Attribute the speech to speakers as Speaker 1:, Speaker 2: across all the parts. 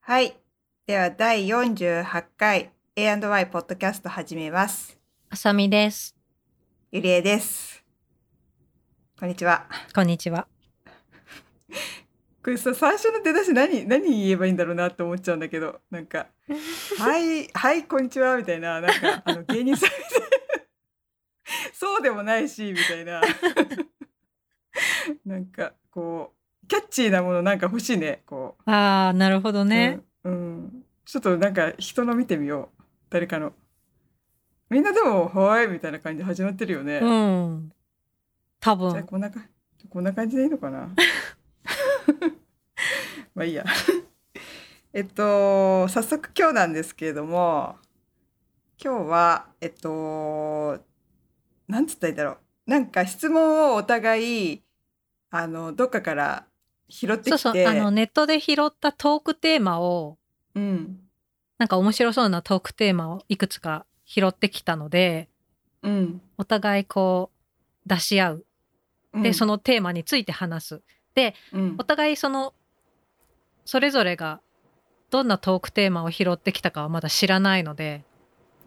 Speaker 1: はい。では、第48回 A&Y ポッドキャスト始めます。
Speaker 2: あさみです。
Speaker 1: ゆりえです。こんにちは。
Speaker 2: こんにちは。
Speaker 1: これさ、最初の出だし何、何言えばいいんだろうなって思っちゃうんだけど、なん か、はい、はい、こんにちは、みたいな、なんか、あの、芸人さんみたいな そうでもないし、みたい な。なんか、こう、キャッチーなものなんか欲しいね、こう。
Speaker 2: ああ、なるほどね。
Speaker 1: うん、うんちょっとなんか人の見てみよう誰かのみんなでも「はーい」みたいな感じで始まってるよね、
Speaker 2: うん。多
Speaker 1: じゃあ
Speaker 2: 分。
Speaker 1: こんなかこんな感じでいいのかな まあいいや えっと早速今日なんですけれども今日はえっとなんつったらいいんだろうなんか質問をお互いあのどっかから拾ってきて
Speaker 2: そうそう。あの、ネットで拾ったトークテーマを、
Speaker 1: うん
Speaker 2: なんか面白そうなトークテーマをいくつか拾ってきたので、
Speaker 1: うん
Speaker 2: お互いこう、出し合う。
Speaker 1: うん、
Speaker 2: で、そ
Speaker 1: の、
Speaker 2: のテーマについて話す。
Speaker 1: うん
Speaker 2: お、互いその、それぞれが、どんなトークテーマを拾ってきたかはまだ知らないので、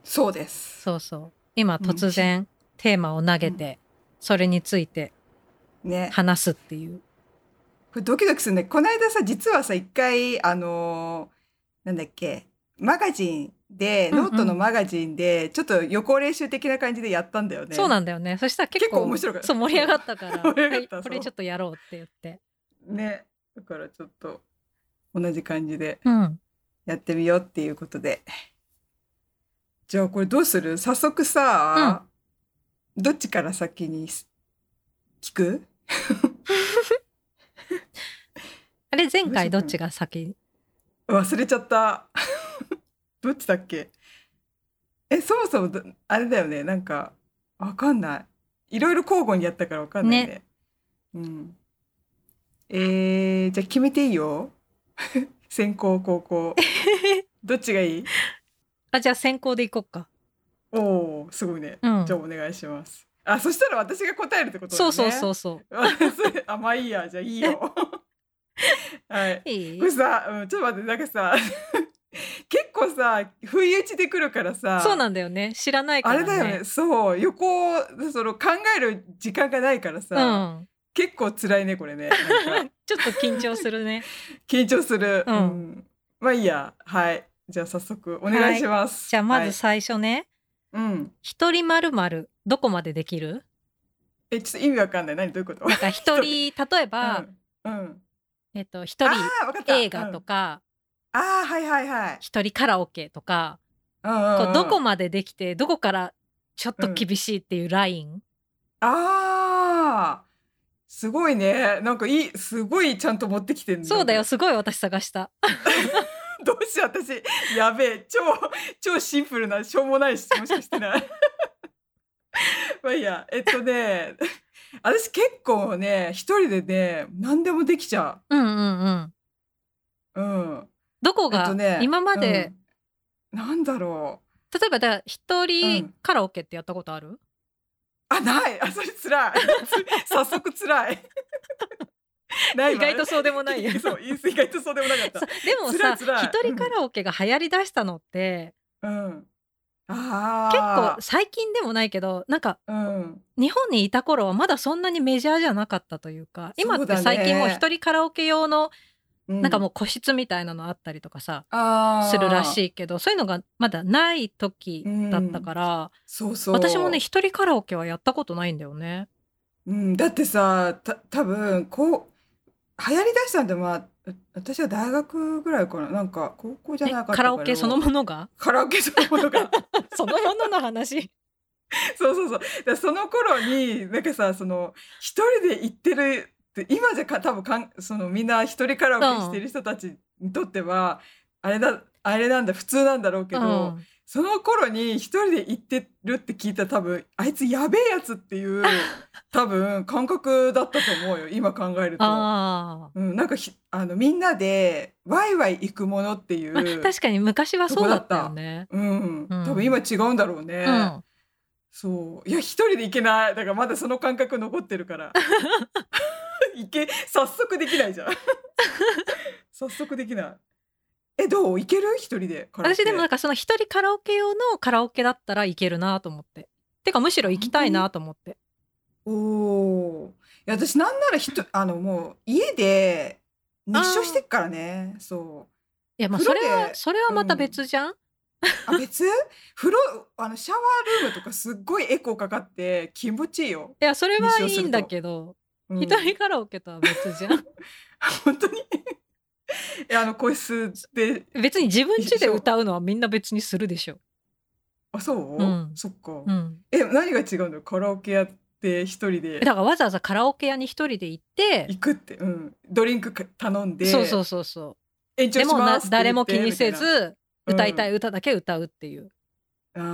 Speaker 1: そうです
Speaker 2: そうそう。今突然テーマを投げて、それについて
Speaker 1: ね、
Speaker 2: 話すっていう。
Speaker 1: これドキドキするね。この間さ、実はさ、一回、あのーなんだっけ、マガジンで、
Speaker 2: うんうん
Speaker 1: ノートのマガジンで、ちょっと予行練習的な感じでやったんだよね。
Speaker 2: そうなんだよね。そしたら結構
Speaker 1: 結構面白かった
Speaker 2: そう盛り上がったから、
Speaker 1: 盛り上がった
Speaker 2: はい、
Speaker 1: そ
Speaker 2: こ
Speaker 1: う
Speaker 2: れちょっとやろうって言って。
Speaker 1: ね。だからちょっと、同じ感じで
Speaker 2: うん。
Speaker 1: やってみようっていうことで。じゃあこれどうする早速さ、どっちから先にす聞く
Speaker 2: あれ前回どっちが先？
Speaker 1: 忘れちゃった。 どっちだっけえ、そもそもどあれだよね。なんか、わかんない。いろいろ交互にやったからわかんないね。うん。えー、じゃあ決めていいよ。 先行、後 攻。どっちがいい
Speaker 2: あじゃあ先行でいこっか。
Speaker 1: おおすごいね。
Speaker 2: うん
Speaker 1: じゃあお願いします。あ、そしたら私が答えるってことだ
Speaker 2: そ
Speaker 1: よね。。
Speaker 2: うそうそううそ
Speaker 1: あ、まあいいや。じゃあいい よ。はい。
Speaker 2: う。いい
Speaker 1: こ？れさ、うん、ちょっと待って、なんかさ、 結構さ、不意打ちで来るからさ、
Speaker 2: そうなんだよね。知らないか
Speaker 1: あ
Speaker 2: ら
Speaker 1: れ
Speaker 2: ね。
Speaker 1: だよね、。そう、横を、その考える時間がないから
Speaker 2: う
Speaker 1: さ、結構辛いね、これ ね。なん
Speaker 2: ん
Speaker 1: か。
Speaker 2: ちょっと緊張す るね。
Speaker 1: 緊張する。
Speaker 2: うん
Speaker 1: まあいいや、はい。じゃあ早速、お願いします。
Speaker 2: じゃあま
Speaker 1: はい
Speaker 2: ず最初ね。
Speaker 1: うん。
Speaker 2: 一人まるまるどこまでできる？
Speaker 1: え、ちょっと意味わかんない。何どういうこと
Speaker 2: なんか 一人例えば、
Speaker 1: うん。うん
Speaker 2: えっと一
Speaker 1: あ
Speaker 2: 人
Speaker 1: ー、わかった。
Speaker 2: 映画と
Speaker 1: か。
Speaker 2: か
Speaker 1: ああ、はいはいはい。
Speaker 2: 一、人カラオケとか、
Speaker 1: うんうん
Speaker 2: こ
Speaker 1: うん
Speaker 2: うどこまでできてどこからちょっと厳しいっていうライン。
Speaker 1: ああ、すごいね。なんかいい、すごいちゃんと持ってきてんの
Speaker 2: そうだよ、。すごい私探した。
Speaker 1: どうしよう、私。やべえ、超、超シンプルな、しょうもない質問しかしてない。 まあいいや、えっとね、私結構ね、一人でね、何でもできちゃ
Speaker 2: うんうん
Speaker 1: う。う
Speaker 2: うん。
Speaker 1: ん。
Speaker 2: どこ
Speaker 1: えっ
Speaker 2: が、
Speaker 1: とね、
Speaker 2: 今まで、
Speaker 1: うん、なんだろう。
Speaker 2: 例えばだから一
Speaker 1: う
Speaker 2: 人
Speaker 1: ん
Speaker 2: カラオケってやったことある、
Speaker 1: あ、ない。あ、それつらい。早速つらい。 ないわ
Speaker 2: 意外とそうでもないよ。そ
Speaker 1: そう、意外とそうでもなかった。
Speaker 2: でも
Speaker 1: 辛
Speaker 2: さ、
Speaker 1: い辛い
Speaker 2: 一人カラオケが流行りだしたのって、
Speaker 1: うん。
Speaker 2: 結
Speaker 1: あ
Speaker 2: 構最近でもないけど、なんか
Speaker 1: あ。うん。
Speaker 2: 日本にいた頃はまだそんなにメジャーじゃなかったというか、今
Speaker 1: そ
Speaker 2: っ
Speaker 1: うだ
Speaker 2: て
Speaker 1: ね
Speaker 2: 最近もう一人カラオケ用の、
Speaker 1: うん
Speaker 2: なんかもう個室みたいなのあったりとかさ、
Speaker 1: あ
Speaker 2: するらし
Speaker 1: い。
Speaker 2: いけど、そういうのがまだない時だったから、
Speaker 1: そうそう。
Speaker 2: 私もね、、一人カラオケはやったことないんだよね。
Speaker 1: うん、だってさ、た多分こう流行りだしたんでまあう私は大学ぐらいかな、なんか高校じゃ
Speaker 2: え
Speaker 1: なかった
Speaker 2: カラオ
Speaker 1: から
Speaker 2: ケそのものが
Speaker 1: カラオケそのものが
Speaker 2: そのものの 話。
Speaker 1: そうそうそう。だからその頃になんかさ、その一人で行ってるって今じゃか多分かんそのみんな一人カラオケしてる人たちにとっては、あれだあれなんだ普通なんだろうけど。
Speaker 2: うん
Speaker 1: その頃に一人で行ってるって聞いたら多分あいつやべえやつって いう多分感覚だったと思うよ今考えると。
Speaker 2: あ
Speaker 1: うん、なんかひあのみんなでワイワイ行くものってい
Speaker 2: ー、まあ、
Speaker 1: う、
Speaker 2: 確かに昔はそうだったよね。
Speaker 1: うん、
Speaker 2: うん
Speaker 1: 多分今違うんだろうね。
Speaker 2: うん、
Speaker 1: そういや一人で行けないだからまだその感覚残ってるから 行け早速できないじゃん早速できないえどういける一人でカラオケ
Speaker 2: 私でもなんかその一人カラオケ用のカラオケだったらいけるなと思っててかむしろ行きたいなと思って
Speaker 1: おおいや私なんならひ とあのもう家で日照してっからねそう
Speaker 2: いやまあそ
Speaker 1: 風
Speaker 2: れ
Speaker 1: 呂で
Speaker 2: はそれはまた
Speaker 1: うん
Speaker 2: 別じゃん、
Speaker 1: あ別 風呂あのシャワールームとかすっごいエコーかかって気持ちいいよ、
Speaker 2: いやそれはいいんだけど
Speaker 1: うん
Speaker 2: 一人カラオケとは別じゃん
Speaker 1: 本当にえあの個室で
Speaker 2: 別に自分家で歌うのはみんな別にするでしょ
Speaker 1: あそう、
Speaker 2: うん
Speaker 1: そっか、
Speaker 2: うん
Speaker 1: え何が違うのカラオケやって一人で
Speaker 2: だからわざわざカラオケ屋に一人で行って
Speaker 1: 行くって、うん、ドリンクか頼んで
Speaker 2: そうそうそうそ
Speaker 1: 延
Speaker 2: う
Speaker 1: 長
Speaker 2: で
Speaker 1: し
Speaker 2: もな
Speaker 1: ますって言って
Speaker 2: 誰も気にせ
Speaker 1: み
Speaker 2: ず歌いたい
Speaker 1: うん
Speaker 2: 歌だけ歌うっていう、
Speaker 1: たいな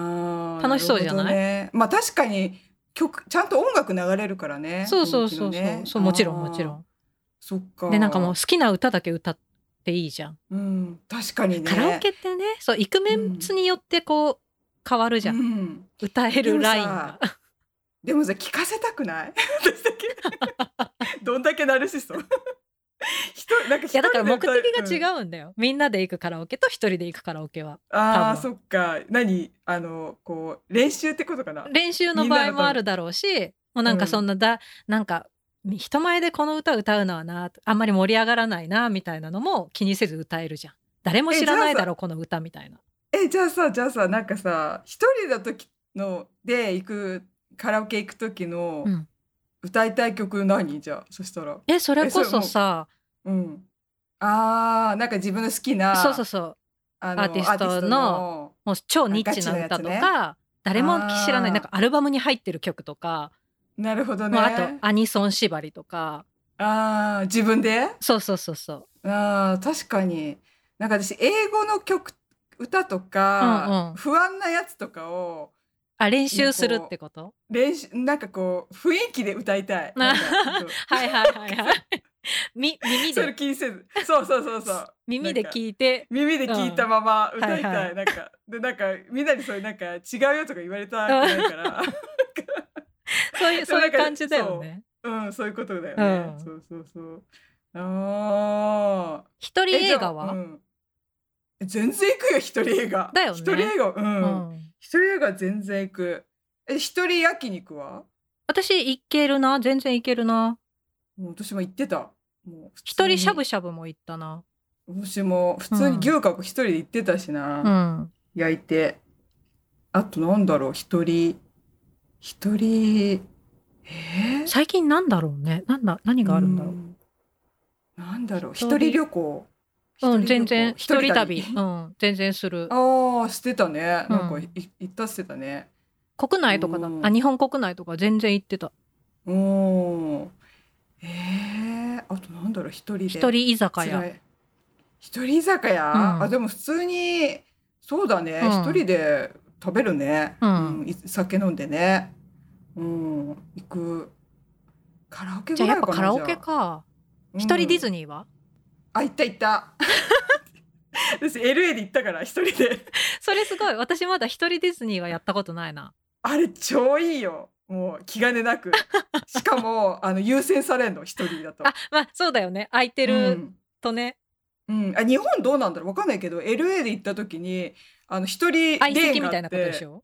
Speaker 1: あー
Speaker 2: 楽しそうじゃない
Speaker 1: るほどね、まあ確かに曲ちゃんと音楽流れるからね
Speaker 2: そうそうそうそ
Speaker 1: 雰
Speaker 2: う,、
Speaker 1: 囲気のね
Speaker 2: そうもちろんもちろ
Speaker 1: あー
Speaker 2: ん
Speaker 1: そっか
Speaker 2: でなんかもう好きな歌だけ歌っていいじゃん、
Speaker 1: うん、確かにね
Speaker 2: カラオケってねそうイクメンツによってこう変わるじゃん、
Speaker 1: うん、
Speaker 2: 歌えるラインが
Speaker 1: ででもさ聞かせたくない 私だけ どんだけナルシスト 人なんか一人
Speaker 2: いやだから目
Speaker 1: で歌う
Speaker 2: 的
Speaker 1: うん
Speaker 2: が違うんだよ、みんなで行くカラオケと一人で行くカラオケは
Speaker 1: ああ
Speaker 2: 多
Speaker 1: そっか何あのこう練習ってことかな
Speaker 2: 練習の場合もあるだろうしもうなんかそんなだ、なんか人前でこの歌歌うのはなあんまり盛り上がらないなみたいなのも気にせず歌えるじゃん誰も知らないだろうこの歌みたいな
Speaker 1: えじゃあさじゃあさなんかさ一人の時ので行くカラオケ行く時の
Speaker 2: うん
Speaker 1: 歌いたい曲何、じゃあそしたら
Speaker 2: えそれこ
Speaker 1: えそれ
Speaker 2: そ
Speaker 1: もう
Speaker 2: さ
Speaker 1: うんあーなんか自分の好きな
Speaker 2: そうそうそう
Speaker 1: あの
Speaker 2: アーティストのもう超ニッチな歌と
Speaker 1: あガチの
Speaker 2: か、誰も知らな
Speaker 1: あー
Speaker 2: いなんかアルバムに入ってる曲とか、
Speaker 1: なるほどね、
Speaker 2: もうあとアニソン縛りとか
Speaker 1: あー自分で
Speaker 2: そうそうそうそう
Speaker 1: あー確かになんか私英語の曲歌とか、
Speaker 2: うんうん
Speaker 1: 不安なやつとかを
Speaker 2: あ練習するってこと
Speaker 1: 練習なんかこう雰囲気で歌いた い。なんかそう
Speaker 2: はいはいはいはいみ耳
Speaker 1: それ
Speaker 2: で
Speaker 1: 気にせずそうそうそう そう
Speaker 2: 耳で
Speaker 1: なんか
Speaker 2: 聞いて
Speaker 1: 耳で聞いたまま歌いたい、
Speaker 2: はいはい
Speaker 1: なんかでなんかみんなにそういうなんか違うよとか言われたくない から
Speaker 2: そういう
Speaker 1: そう
Speaker 2: そうい
Speaker 1: なん
Speaker 2: う
Speaker 1: か
Speaker 2: 感じだよね
Speaker 1: うんそういうことだよね、
Speaker 2: うん
Speaker 1: そうそうそうあー
Speaker 2: 一人
Speaker 1: えじゃ
Speaker 2: 映
Speaker 1: あ
Speaker 2: 画は、
Speaker 1: うん全然行くよ一人映画
Speaker 2: だよね
Speaker 1: 一人映画う、
Speaker 2: うんん
Speaker 1: 一人映画全然行くえ一人焼肉は
Speaker 2: 私いけるな全然いけるな
Speaker 1: もう私も行ってたもう普通
Speaker 2: 一
Speaker 1: に
Speaker 2: 人しゃぶしゃぶも行ったな
Speaker 1: 私も普通に牛角一人で行ってたしな、
Speaker 2: うん
Speaker 1: 焼いてあとなんだろう一人一人えー、
Speaker 2: 最近なんだろうねなんだ何があるんだろう
Speaker 1: うんなんだろう一
Speaker 2: 一人
Speaker 1: 人旅行
Speaker 2: うん
Speaker 1: 一人旅行
Speaker 2: 全然一人旅うん全然する
Speaker 1: ああしてたねなん
Speaker 2: う
Speaker 1: か
Speaker 2: ん
Speaker 1: い行ったしてたね
Speaker 2: 国内とかだ
Speaker 1: うん
Speaker 2: あ日本国内とか全然行ってた
Speaker 1: うんえー、あとなんだろう一人で
Speaker 2: 一人居酒
Speaker 1: 辛
Speaker 2: 屋
Speaker 1: い一人居酒屋、
Speaker 2: うん
Speaker 1: あでも普通にそうだね
Speaker 2: うん
Speaker 1: 一、人で食べるね、
Speaker 2: うん
Speaker 1: い酒飲んでねうん行くカラオケ
Speaker 2: じ
Speaker 1: ぐ
Speaker 2: ゃあ
Speaker 1: ら
Speaker 2: やっ
Speaker 1: いか
Speaker 2: ぱ
Speaker 1: な
Speaker 2: カラオケ
Speaker 1: じゃあ
Speaker 2: か
Speaker 1: うん
Speaker 2: 一人ディズニーは
Speaker 1: あ行った行った 私 LA で行ったから一人で
Speaker 2: それすごい私まだ一人ディズニーはやったことないな
Speaker 1: あれ超いいよもう気兼ねな くしかもあの優先されんの一人だと
Speaker 2: あまあそうだよね空いて
Speaker 1: う
Speaker 2: る
Speaker 1: ん
Speaker 2: とね、
Speaker 1: うん、あ日本どうなんだろうわかんないけど LA で行った時にあの一人
Speaker 2: 相
Speaker 1: レーン
Speaker 2: 席
Speaker 1: があ
Speaker 2: みたい
Speaker 1: っ
Speaker 2: な
Speaker 1: て
Speaker 2: ことでしょ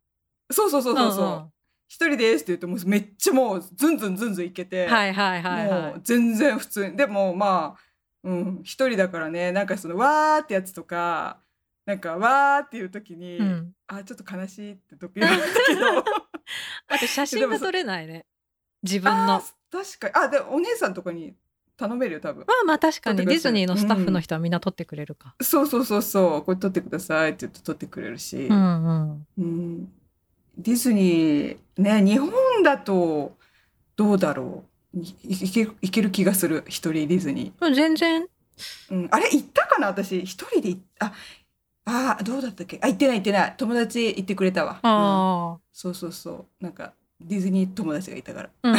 Speaker 1: そうそうそうそうそう、
Speaker 2: んん
Speaker 1: 一人ですって言うともうめっちゃもうズンズンズンズンいけて、
Speaker 2: はいはいはいは
Speaker 1: もう
Speaker 2: い
Speaker 1: 全然普通にでもまあうん一人だからねなんかそのわーってやつとかなんかわーっていう時に、
Speaker 2: うん、
Speaker 1: あちょっと悲しいって時言われ たけど
Speaker 2: あと写真が撮れないね自分の
Speaker 1: あー確かにあでもお姉さんとかに頼めるよ多分
Speaker 2: まあまあ確かに
Speaker 1: 撮って
Speaker 2: デ
Speaker 1: ください
Speaker 2: ィズニーのスタッフの人はみんな撮ってくれるか、
Speaker 1: そうそうそうそうこれ撮ってくださいって言うと撮ってくれるし、
Speaker 2: うんうん、
Speaker 1: うんディズニーね日本だとどうだろういいいけいける気がする一人ディズニ
Speaker 2: でも全然
Speaker 1: ー、うん、あれ行ったかな私一人で行っああーどうだったっけあ行ってない行ってない友達行ってくれたわ、うん
Speaker 2: あ
Speaker 1: そうそうそうなんかディズニー友達がいたから、
Speaker 2: あ、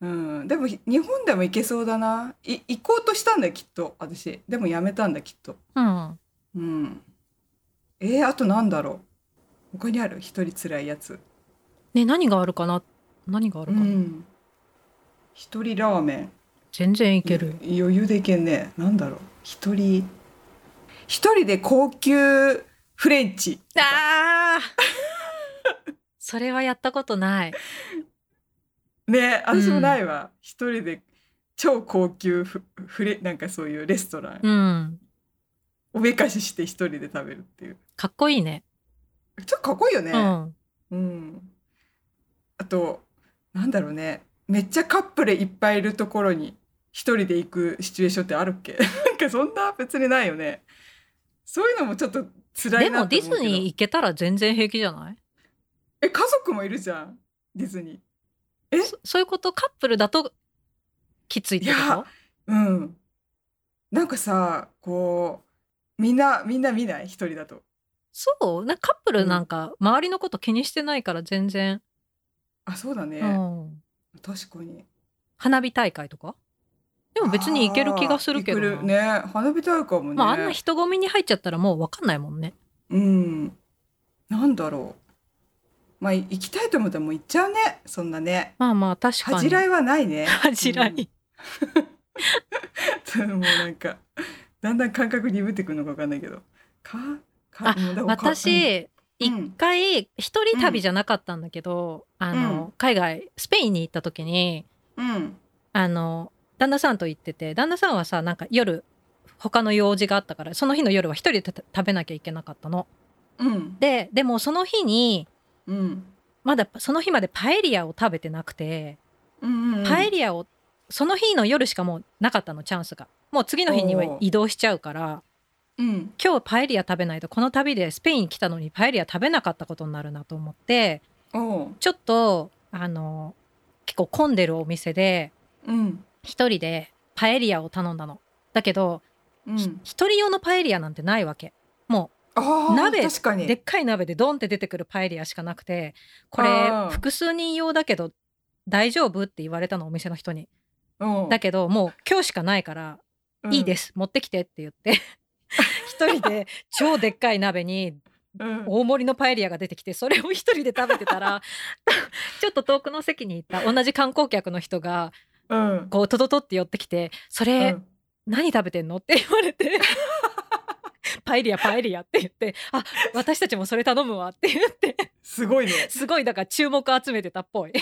Speaker 2: うんうんうん、
Speaker 1: うん、でもひ日本でも行けそうだない行こうとしたんだよきっと私でもやめたんだきっと
Speaker 2: うん、
Speaker 1: うんえー、あとなんだろう他にある一人つらいやつ
Speaker 2: ね何があるかな何がある
Speaker 1: う
Speaker 2: かな、
Speaker 1: ん、一人ラーメン
Speaker 2: 全然いける、
Speaker 1: 余裕でいけんねなんだろう一人一人で高級フレンチ
Speaker 2: あ ーそれはやったことない
Speaker 1: ね私もないわ、一人で超高級フフレなんかそういうレストラン、
Speaker 2: うん
Speaker 1: おめかしして一人で食べるっていう
Speaker 2: かっこいいね
Speaker 1: ちょっとかっこいいよね、
Speaker 2: うん
Speaker 1: うん、あとなんだろうねめっちゃカップルいっぱいいるところに一人で行くシチュエーションってあるっけ なんかそんな別にないよねそういうのもちょっと辛
Speaker 2: で
Speaker 1: いな
Speaker 2: も
Speaker 1: と
Speaker 2: デ
Speaker 1: 思うけど
Speaker 2: ィズニー行けたら全然平気じゃない
Speaker 1: え家族もいるじゃんディズニーえ
Speaker 2: そそういうことカップルだときついってこ
Speaker 1: いや
Speaker 2: と
Speaker 1: うんなんかさこうみんなみんな見ない一人だと
Speaker 2: そうなんかカップルなんか周りのこと気にしてないから全然、
Speaker 1: あそうだね、
Speaker 2: うん、
Speaker 1: 確かに
Speaker 2: 花火大会とかでも別に行ける気がするけど
Speaker 1: あー
Speaker 2: な
Speaker 1: 行けるね花火大会もね、
Speaker 2: まああんな人混みに入っちゃったらもう分かんないもんね
Speaker 1: うん。なんだろう。まあ、い行きたいと思ったらもう行っちゃうね。そんなね。
Speaker 2: まあまあ確かに
Speaker 1: 恥じらいはないね。
Speaker 2: 恥じらい
Speaker 1: うん もうなんか、だんだん感覚鈍ってくるのかわかんないけど。か、か
Speaker 2: あ、
Speaker 1: もうだからかうん
Speaker 2: 私一、
Speaker 1: うん
Speaker 2: 回一人旅じゃなかったんだけど、あの、
Speaker 1: う
Speaker 2: 海外スペインに行った時に
Speaker 1: うん。
Speaker 2: あの旦那さんと行ってて旦那さんはさなんか夜他の用事があったからその日の夜は一人でた食べなきゃいけなかったの。
Speaker 1: うん。
Speaker 2: ででもその日に
Speaker 1: うん。
Speaker 2: まだその日までパエリアを食べてなくて、
Speaker 1: うんうん。
Speaker 2: パエリアをその日の夜しかもうなかったのチャンスが。もう次の日には
Speaker 1: おー
Speaker 2: 移動しちゃうから
Speaker 1: うん。
Speaker 2: 今日パエリア食べないとこの旅でスペイン来たのにパエリア食べなかったことになるなと思って
Speaker 1: おう。
Speaker 2: ちょっとあの結構混んでるお店で
Speaker 1: うん。
Speaker 2: 一人でパエリアを頼んだのだけど
Speaker 1: う
Speaker 2: ひ
Speaker 1: ん。
Speaker 2: 一、人用のパエリアなんてないわけも
Speaker 1: ああ、
Speaker 2: 鍋
Speaker 1: 確か
Speaker 2: う
Speaker 1: に。
Speaker 2: でっかい鍋でドンって出てくるパエリアしかなくてこれ
Speaker 1: あー
Speaker 2: 複数人用だけど大丈夫って言われたのお店の人に
Speaker 1: おう。
Speaker 2: だけどもう今日しかないからいいですす、持ってきてって言って 一人で超でっかい鍋に
Speaker 1: うん。
Speaker 2: 大盛りのパエリアが出てきてそれを一人で食べて たらちょっと遠くの席に行った同じ観光客の人が
Speaker 1: うん。
Speaker 2: こうトトトって寄ってきて「それ、
Speaker 1: うん
Speaker 2: 何食べてんの?」って言われて「パエリアパエリア」って言って「あ私たちもそれ頼むわ」って言って
Speaker 1: すごいね。
Speaker 2: すごいだから注目集めてたっぽい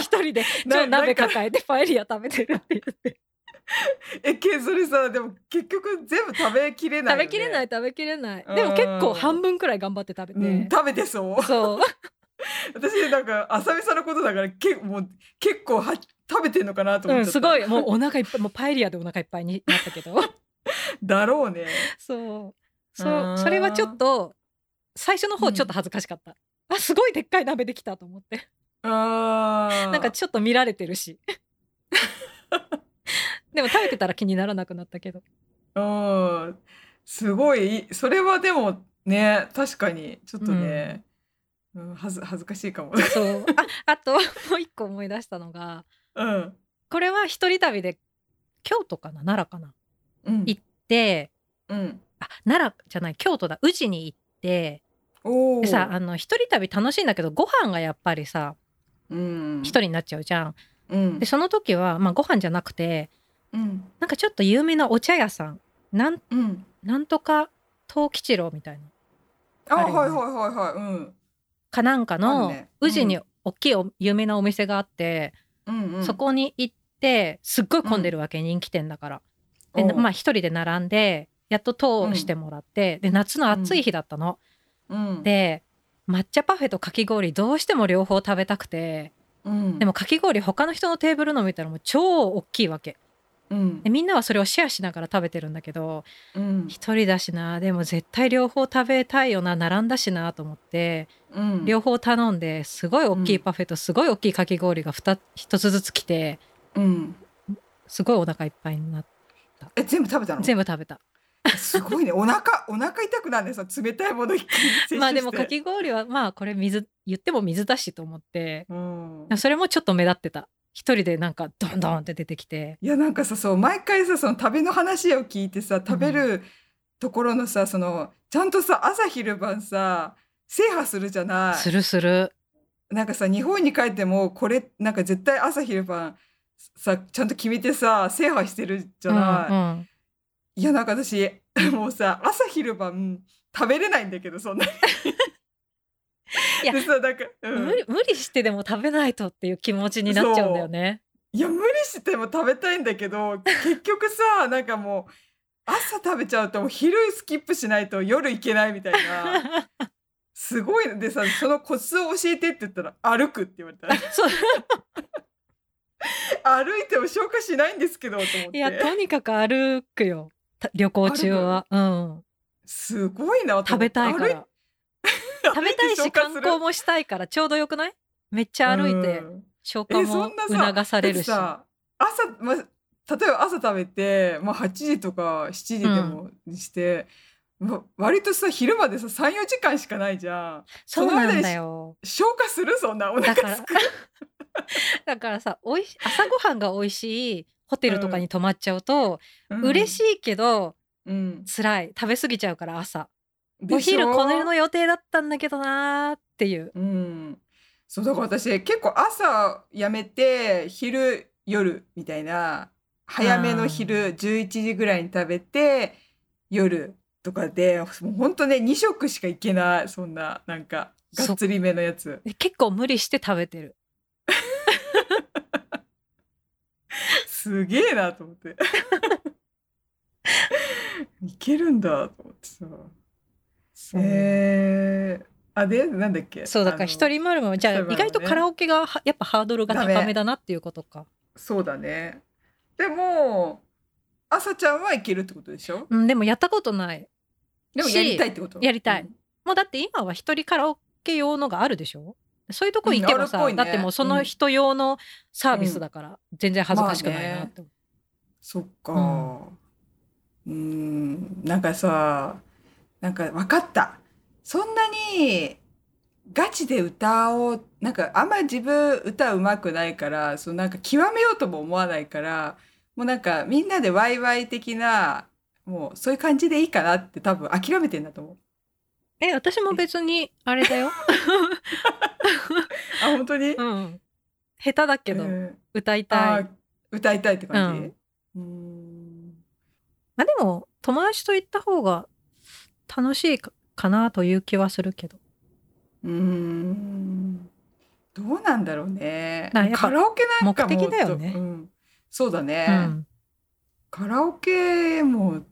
Speaker 2: 一人で
Speaker 1: な
Speaker 2: 超鍋
Speaker 1: なん
Speaker 2: 抱えてパエリア食べてるって言って
Speaker 1: え、けそれさ、でも結局全部食べきれ ないよ
Speaker 2: 食
Speaker 1: ね。
Speaker 2: べきれない食べきれないで
Speaker 1: う
Speaker 2: も
Speaker 1: ん
Speaker 2: 結構半分くらい頑張って食べて、
Speaker 1: うん、食べてそう。
Speaker 2: そう
Speaker 1: 私なんか浅見さんのことだからけもう結構は食べてんのかなと
Speaker 2: う
Speaker 1: 思っ
Speaker 2: ん、
Speaker 1: ちゃ
Speaker 2: す
Speaker 1: った、
Speaker 2: ごいもうお腹いっぱいもうパエリアでお腹いっぱいになったけど
Speaker 1: だろうね
Speaker 2: そう
Speaker 1: あ
Speaker 2: そ
Speaker 1: ー
Speaker 2: うそれはちょっと最初の
Speaker 1: う
Speaker 2: 方
Speaker 1: ん
Speaker 2: ちょっと恥ずかしかった、あすごいでっかい鍋できたと思って
Speaker 1: あー
Speaker 2: なんかちょっと見られてる しでも食べてたら気にならなくなったけど
Speaker 1: うんすごいそれはでもね確かにちょっとね、うんはず恥ずかしいかも
Speaker 2: そう ああともう一個思い出したのが
Speaker 1: うん、
Speaker 2: これは一人旅で京都かな奈良かな
Speaker 1: うん、
Speaker 2: 行って
Speaker 1: うん
Speaker 2: あ奈良じゃない京都だ宇治に行って
Speaker 1: お
Speaker 2: で
Speaker 1: ー
Speaker 2: さあの一人旅楽しいんだけどご飯がやっぱりさ
Speaker 1: うん
Speaker 2: 一人になっちゃうじゃん。
Speaker 1: うん
Speaker 2: でその時は、まあ、ご飯じゃなくて
Speaker 1: うん
Speaker 2: なんかちょっと有名なお茶屋さんなん
Speaker 1: うん
Speaker 2: なんとか藤吉郎みたいな
Speaker 1: あ
Speaker 2: あるよね
Speaker 1: はいはいはいはいうん
Speaker 2: かなんかの、
Speaker 1: あるねうん
Speaker 2: 宇治に大きいお有名なお店があって、
Speaker 1: うんうん
Speaker 2: そこに行ってすっごい混んでるわけ、人気店だから。で
Speaker 1: おう
Speaker 2: まあ一人で並んでやっと通してもらって、で夏の暑い日だったの。
Speaker 1: うん
Speaker 2: で抹茶パフェとかき氷どうしても両方食べたくて
Speaker 1: うん
Speaker 2: でもかき氷他の人のテーブルの見たらもう超大きいわけ
Speaker 1: うん
Speaker 2: でみんなはそれをシェアしながら食べてるんだけど
Speaker 1: うん
Speaker 2: 一人だしなでも絶対両方食べたいよな並んだしなと思って
Speaker 1: うん
Speaker 2: 両方頼んですごい大きいパフェとすごい大きいかき氷が 1, 一つずつ来て
Speaker 1: うん
Speaker 2: すごいお腹いっぱいになって
Speaker 1: え全部食べたの
Speaker 2: 全部食べた
Speaker 1: すごいね。お腹、お腹痛くなんでさ、冷たいもの一気に摂取して。
Speaker 2: まあでもか。き氷はまあこれ水言っても水だしと思って
Speaker 1: うん。
Speaker 2: それもちょっと目立ってた一人でなんかドンドンって出てきて
Speaker 1: いや、なんかさ、そう、毎回さ、その旅の話を聞いてさ、食べるところのさ、その、ちゃんとさ、朝昼晩さ、制覇するじゃな
Speaker 2: するする
Speaker 1: い。なんかさ、日本に帰っても、これ、なんか絶対朝昼晩、さ、ちゃんと決めてさ、制覇してるじゃない。
Speaker 2: うんうん
Speaker 1: いや、なんか私、もうさ朝昼晩食べれないんだけどそんなに
Speaker 2: いや
Speaker 1: でさなんか、うん、
Speaker 2: 無理無理してでも食べないとっていう気持ちになっちゃうんだよね。
Speaker 1: いや無理しても食べたいんだけど結局さ なんかもう朝食べちゃうともう昼スキップしないと夜いけないみたい なすごいのでさそのコツを教えてって言ったら歩くって言われた
Speaker 2: そう
Speaker 1: 歩いても消化しないんですけどと思っ
Speaker 2: いや
Speaker 1: て
Speaker 2: とにかく歩くよた旅行中は、うん、
Speaker 1: すごいなと
Speaker 2: 食
Speaker 1: 思
Speaker 2: べ
Speaker 1: って
Speaker 2: たいか
Speaker 1: 歩い
Speaker 2: ら食べたいし観光もしたいからちょうどよくないめっちゃ歩いて
Speaker 1: うん
Speaker 2: 消化
Speaker 1: えそ
Speaker 2: も
Speaker 1: んなさ
Speaker 2: 促されるし
Speaker 1: だってさ朝、ま、例えば朝食べて、まあ、8時とか7時でもして、ま、割とさ昼までさ34時間しかないじゃん
Speaker 2: そうなんだよ
Speaker 1: 消化するそんなお腹
Speaker 2: だ
Speaker 1: す
Speaker 2: から だからさおいし朝ごはんが美味しいホテルとかに泊まっちゃうと、嬉
Speaker 1: い、
Speaker 2: しいけど
Speaker 1: うん、
Speaker 2: 辛い食べ過ぎちゃうから朝
Speaker 1: で
Speaker 2: お
Speaker 1: し
Speaker 2: 昼
Speaker 1: ょ
Speaker 2: これの予定だったんだけどなーっていう
Speaker 1: うんそうだから私結構朝やめて昼夜みたいな早めの昼11時ぐらいに食べて夜とかでもうほんとね2食しかいけないそんななんかがっつりめのやつ
Speaker 2: 結構無理して食べてる
Speaker 1: すげえなと思って いけるんだと思ってさ
Speaker 2: そう,、
Speaker 1: えー、あでなんだっけ
Speaker 2: そうだか
Speaker 1: あ
Speaker 2: ら
Speaker 1: の
Speaker 2: 一人丸もじゃあ
Speaker 1: そうだろうね
Speaker 2: 意外とカラオケがはやっぱハードルが高めだなっていうことか、
Speaker 1: そうだねでも朝ちゃんはいけるってことでしょ
Speaker 2: うん、でもやったことない
Speaker 1: でも
Speaker 2: し
Speaker 1: やりたいってこと
Speaker 2: やりたいもうだって今は一人カラオケ用のがあるでしょそういうとこ行けばさ、
Speaker 1: うんあるっぽい
Speaker 2: だ
Speaker 1: ね
Speaker 2: ってもうその人用のサービスだから、全然恥ずかしくないなって思う、
Speaker 1: そっかうーんなんかさなんか分かったそんなにガチで歌をなんかあんまり自分歌うまくないからそうなんか極めようとも思わないからもうなんかみんなでワイワイ的なもうそういう感じでいいかなって多分諦めてんだと思う。
Speaker 2: え私も別にあれ だよ、
Speaker 1: あ本当に、
Speaker 2: うん、下手だけど
Speaker 1: うん
Speaker 2: 歌いたい、
Speaker 1: あー歌いたいって感じ、うーん
Speaker 2: まあでも友達と行った方が楽しいかかなという気はするけど
Speaker 1: うーんどうなんだろうね。
Speaker 2: なんかやっぱ
Speaker 1: カラオケなんかも
Speaker 2: 目的だよね
Speaker 1: うんそうだね、
Speaker 2: うん
Speaker 1: カラオケも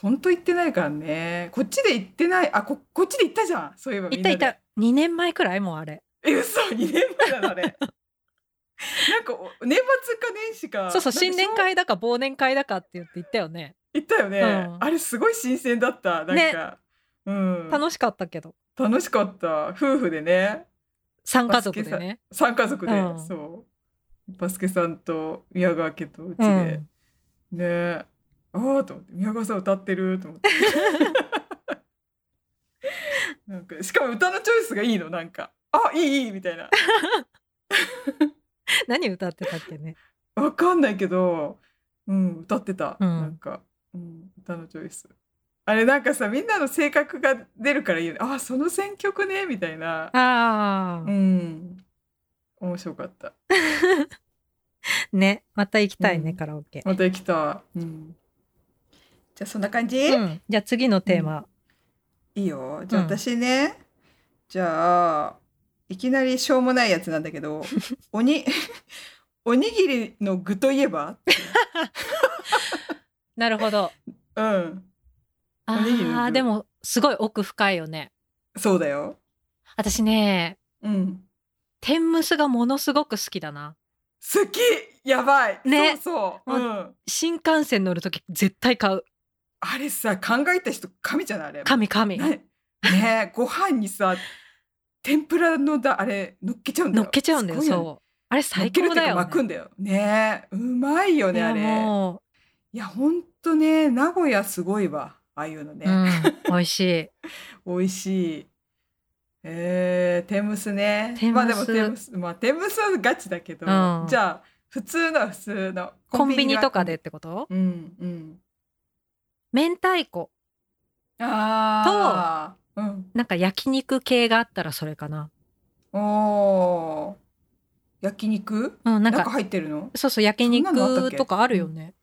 Speaker 1: ほんと行ってないからね。こっちで行ってない。あここっちで行ったじゃん。そういえばみ
Speaker 2: 行
Speaker 1: んな
Speaker 2: っ
Speaker 1: で。
Speaker 2: た行った2年前くらいもうあれ
Speaker 1: え嘘2年前なのあれ。 なんかお年末か年始か。
Speaker 2: そうそう
Speaker 1: なんか
Speaker 2: 新年会だか忘年会だかって言って行ったよね、
Speaker 1: 行ったよね、
Speaker 2: うん
Speaker 1: あれすごい新鮮だった。なんか、
Speaker 2: ね
Speaker 1: うん
Speaker 2: 楽しかったけど
Speaker 1: 楽しかった。夫婦でね。
Speaker 2: 3家族でね
Speaker 1: 三家族で、
Speaker 2: うん
Speaker 1: そうバスケさんと宮川家とうちで、
Speaker 2: うん
Speaker 1: ねえああと思って宮川さん歌ってると思って なんかしかも歌のチョイスがいいのなんかあいいいいみたいな
Speaker 2: 何歌ってたっけね
Speaker 1: わかんないけどうん歌ってた、
Speaker 2: うん
Speaker 1: なんか、うん、歌のチョイスあれなんかさみんなの性格が出るからいいよねあその選曲ねみたいな
Speaker 2: ああ
Speaker 1: うん面白かった
Speaker 2: ねまた行きたいね、
Speaker 1: うん
Speaker 2: カラオケ、
Speaker 1: また行きたい。うん、じゃあそんな感じ、
Speaker 2: うんじゃあ次のテーマ、
Speaker 1: いいよ。じゃあ
Speaker 2: うん
Speaker 1: 私ね、じゃあいきなりしょうもないやつなんだけ ど、おに おにぎりの具といえば、
Speaker 2: なるほど
Speaker 1: うん、
Speaker 2: あ
Speaker 1: おにぎりの
Speaker 2: ー
Speaker 1: 具
Speaker 2: でもすごい奥深いよね
Speaker 1: そうだよ。
Speaker 2: 私ね
Speaker 1: うん、
Speaker 2: 天むすがものすごく好きだな
Speaker 1: 好きやばい。
Speaker 2: ね
Speaker 1: そうそう。うん、
Speaker 2: 新幹線乗るとき絶対買う
Speaker 1: あれさ考えた人神じゃないあれ。
Speaker 2: 神神
Speaker 1: ねねご飯にさ天ぷらのだあれ乗っけちゃうんだ
Speaker 2: 乗
Speaker 1: よ。
Speaker 2: っけちゃうんだよ
Speaker 1: すごいね
Speaker 2: そうあれ
Speaker 1: 乗っ
Speaker 2: 最
Speaker 1: けるっ
Speaker 2: 高
Speaker 1: ていう
Speaker 2: だ
Speaker 1: か
Speaker 2: よ、
Speaker 1: 巻く
Speaker 2: ね、
Speaker 1: んだよ。ねうまいよ
Speaker 2: い
Speaker 1: ねあ
Speaker 2: や
Speaker 1: れ。
Speaker 2: もう
Speaker 1: いやほんとね名古屋すごいわああいうのね、
Speaker 2: うん、美味しい。
Speaker 1: 美味しいえー、天むすね
Speaker 2: 天む
Speaker 1: ますあでも天むすまあ天むすはガチだけど、
Speaker 2: うん
Speaker 1: じゃあ普通のは普通の
Speaker 2: コンビニ
Speaker 1: は
Speaker 2: とかでってこと？
Speaker 1: うんうん
Speaker 2: 明太子
Speaker 1: ああうん
Speaker 2: なんか焼肉系があったらそれかな。
Speaker 1: おー焼肉
Speaker 2: うん、
Speaker 1: な
Speaker 2: な
Speaker 1: んん
Speaker 2: か
Speaker 1: か入ってるの
Speaker 2: そうそう焼
Speaker 1: そんなのあったっ
Speaker 2: 肉
Speaker 1: け
Speaker 2: とかあるよね。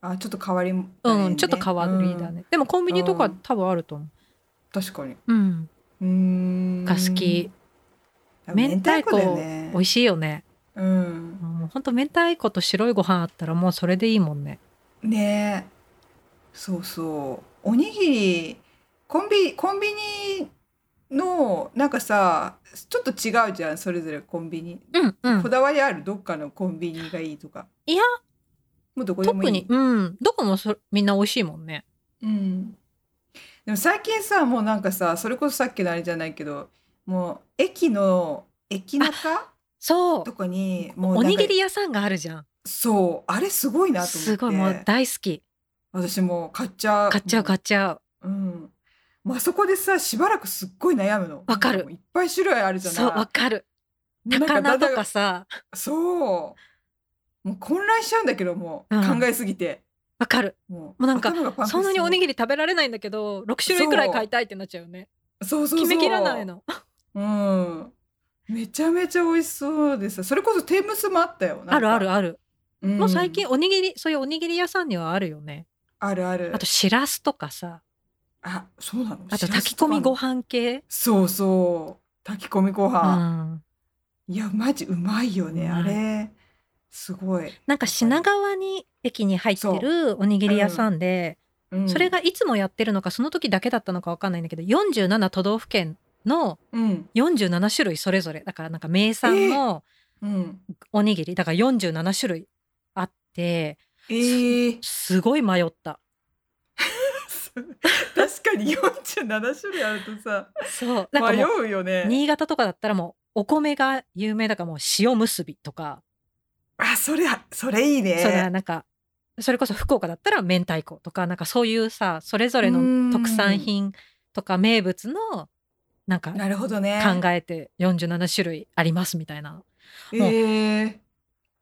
Speaker 1: あちょっと変わりだね、
Speaker 2: うん、ちょっと変わるリーダーね、でもコンビニと
Speaker 1: う
Speaker 2: か
Speaker 1: ん
Speaker 2: 多分あると思
Speaker 1: うん確かに
Speaker 2: ううん
Speaker 1: うーん
Speaker 2: が好き
Speaker 1: あ
Speaker 2: 明太子
Speaker 1: だよね
Speaker 2: 美味しいよね
Speaker 1: うん
Speaker 2: もうほんと明太子と白いご飯あったらもうそれでいいもんね
Speaker 1: ねえそうそうおにぎりコンビコンビニのなんかさちょっと違うじゃんそれぞれコンビニ
Speaker 2: うんうん
Speaker 1: こだわりあるどっかのコンビニがいいとか
Speaker 2: いや
Speaker 1: もうどこでも
Speaker 2: 特
Speaker 1: いい
Speaker 2: にうんどこもそみんな美味しいもんね
Speaker 1: うんでも最近さもうなんかさそれこそさっきのあれじゃないけどもう駅の駅中
Speaker 2: そう
Speaker 1: とかにもう
Speaker 2: お
Speaker 1: なんか
Speaker 2: にぎり屋さんがあるじゃ
Speaker 1: そうあれすごいなんと思って
Speaker 2: すごいもう大好き
Speaker 1: 私もう買っちゃう
Speaker 2: 買っちゃう買っちゃう
Speaker 1: うん、もうあそこでさしばらくすっごい悩むの
Speaker 2: わかる
Speaker 1: なんもいっぱい種類あるじゃない
Speaker 2: そうわかる
Speaker 1: もうなん
Speaker 2: 高菜
Speaker 1: だだ
Speaker 2: とかさ
Speaker 1: そうもう混乱しちゃうんだけどもう、
Speaker 2: うん
Speaker 1: 考えすぎて
Speaker 2: わかる
Speaker 1: も
Speaker 2: もうなんか
Speaker 1: 頭がパンクし
Speaker 2: そんなにおに
Speaker 1: ぎ
Speaker 2: ぎり食べられないんだけど6種類くらい買いたいってなっちゃうよね
Speaker 1: りそうそうそう
Speaker 2: 決めきらないの
Speaker 1: うんめちゃめちゃ美味しそうでさそれこそ天むすもあったよなんか
Speaker 2: あるあるある
Speaker 1: うん
Speaker 2: もう最近おにぎりそういうおにぎり屋さんにはあるよね
Speaker 1: あるある
Speaker 2: あとしらすとかさ
Speaker 1: あそうなの
Speaker 2: あと
Speaker 1: しら
Speaker 2: 炊
Speaker 1: す
Speaker 2: き込
Speaker 1: か
Speaker 2: み
Speaker 1: の
Speaker 2: ご飯系
Speaker 1: そうそう炊き込みご
Speaker 2: う
Speaker 1: 飯、
Speaker 2: ん
Speaker 1: いやマジうまいよね、
Speaker 2: うま
Speaker 1: あ
Speaker 2: い
Speaker 1: れすごい、
Speaker 2: なんか品川に駅に入ってるおにぎり屋さんで
Speaker 1: うん
Speaker 2: それがいつもやってるのかその時だけだったのかわかんないんだけど47都道府県の
Speaker 1: うん
Speaker 2: 47種類それぞれだからなんか名産の
Speaker 1: うん、
Speaker 2: おにぎりだから47種類あって
Speaker 1: えー、
Speaker 2: すごい迷った
Speaker 1: 確かに47種類あるとさ
Speaker 2: そうなんか
Speaker 1: 迷
Speaker 2: もう
Speaker 1: うよね
Speaker 2: 新潟とかだったらもうお米が有名だからもう塩むすびとか、
Speaker 1: あそれそれいい
Speaker 2: それは
Speaker 1: ね
Speaker 2: なんかそれこそ福岡だったら明太子とかなんかそういうさそれぞれ
Speaker 1: うー
Speaker 2: の
Speaker 1: ん
Speaker 2: 特産品とか名物のなんか
Speaker 1: なるほどね
Speaker 2: 考えて47種類ありますみたいな
Speaker 1: ええ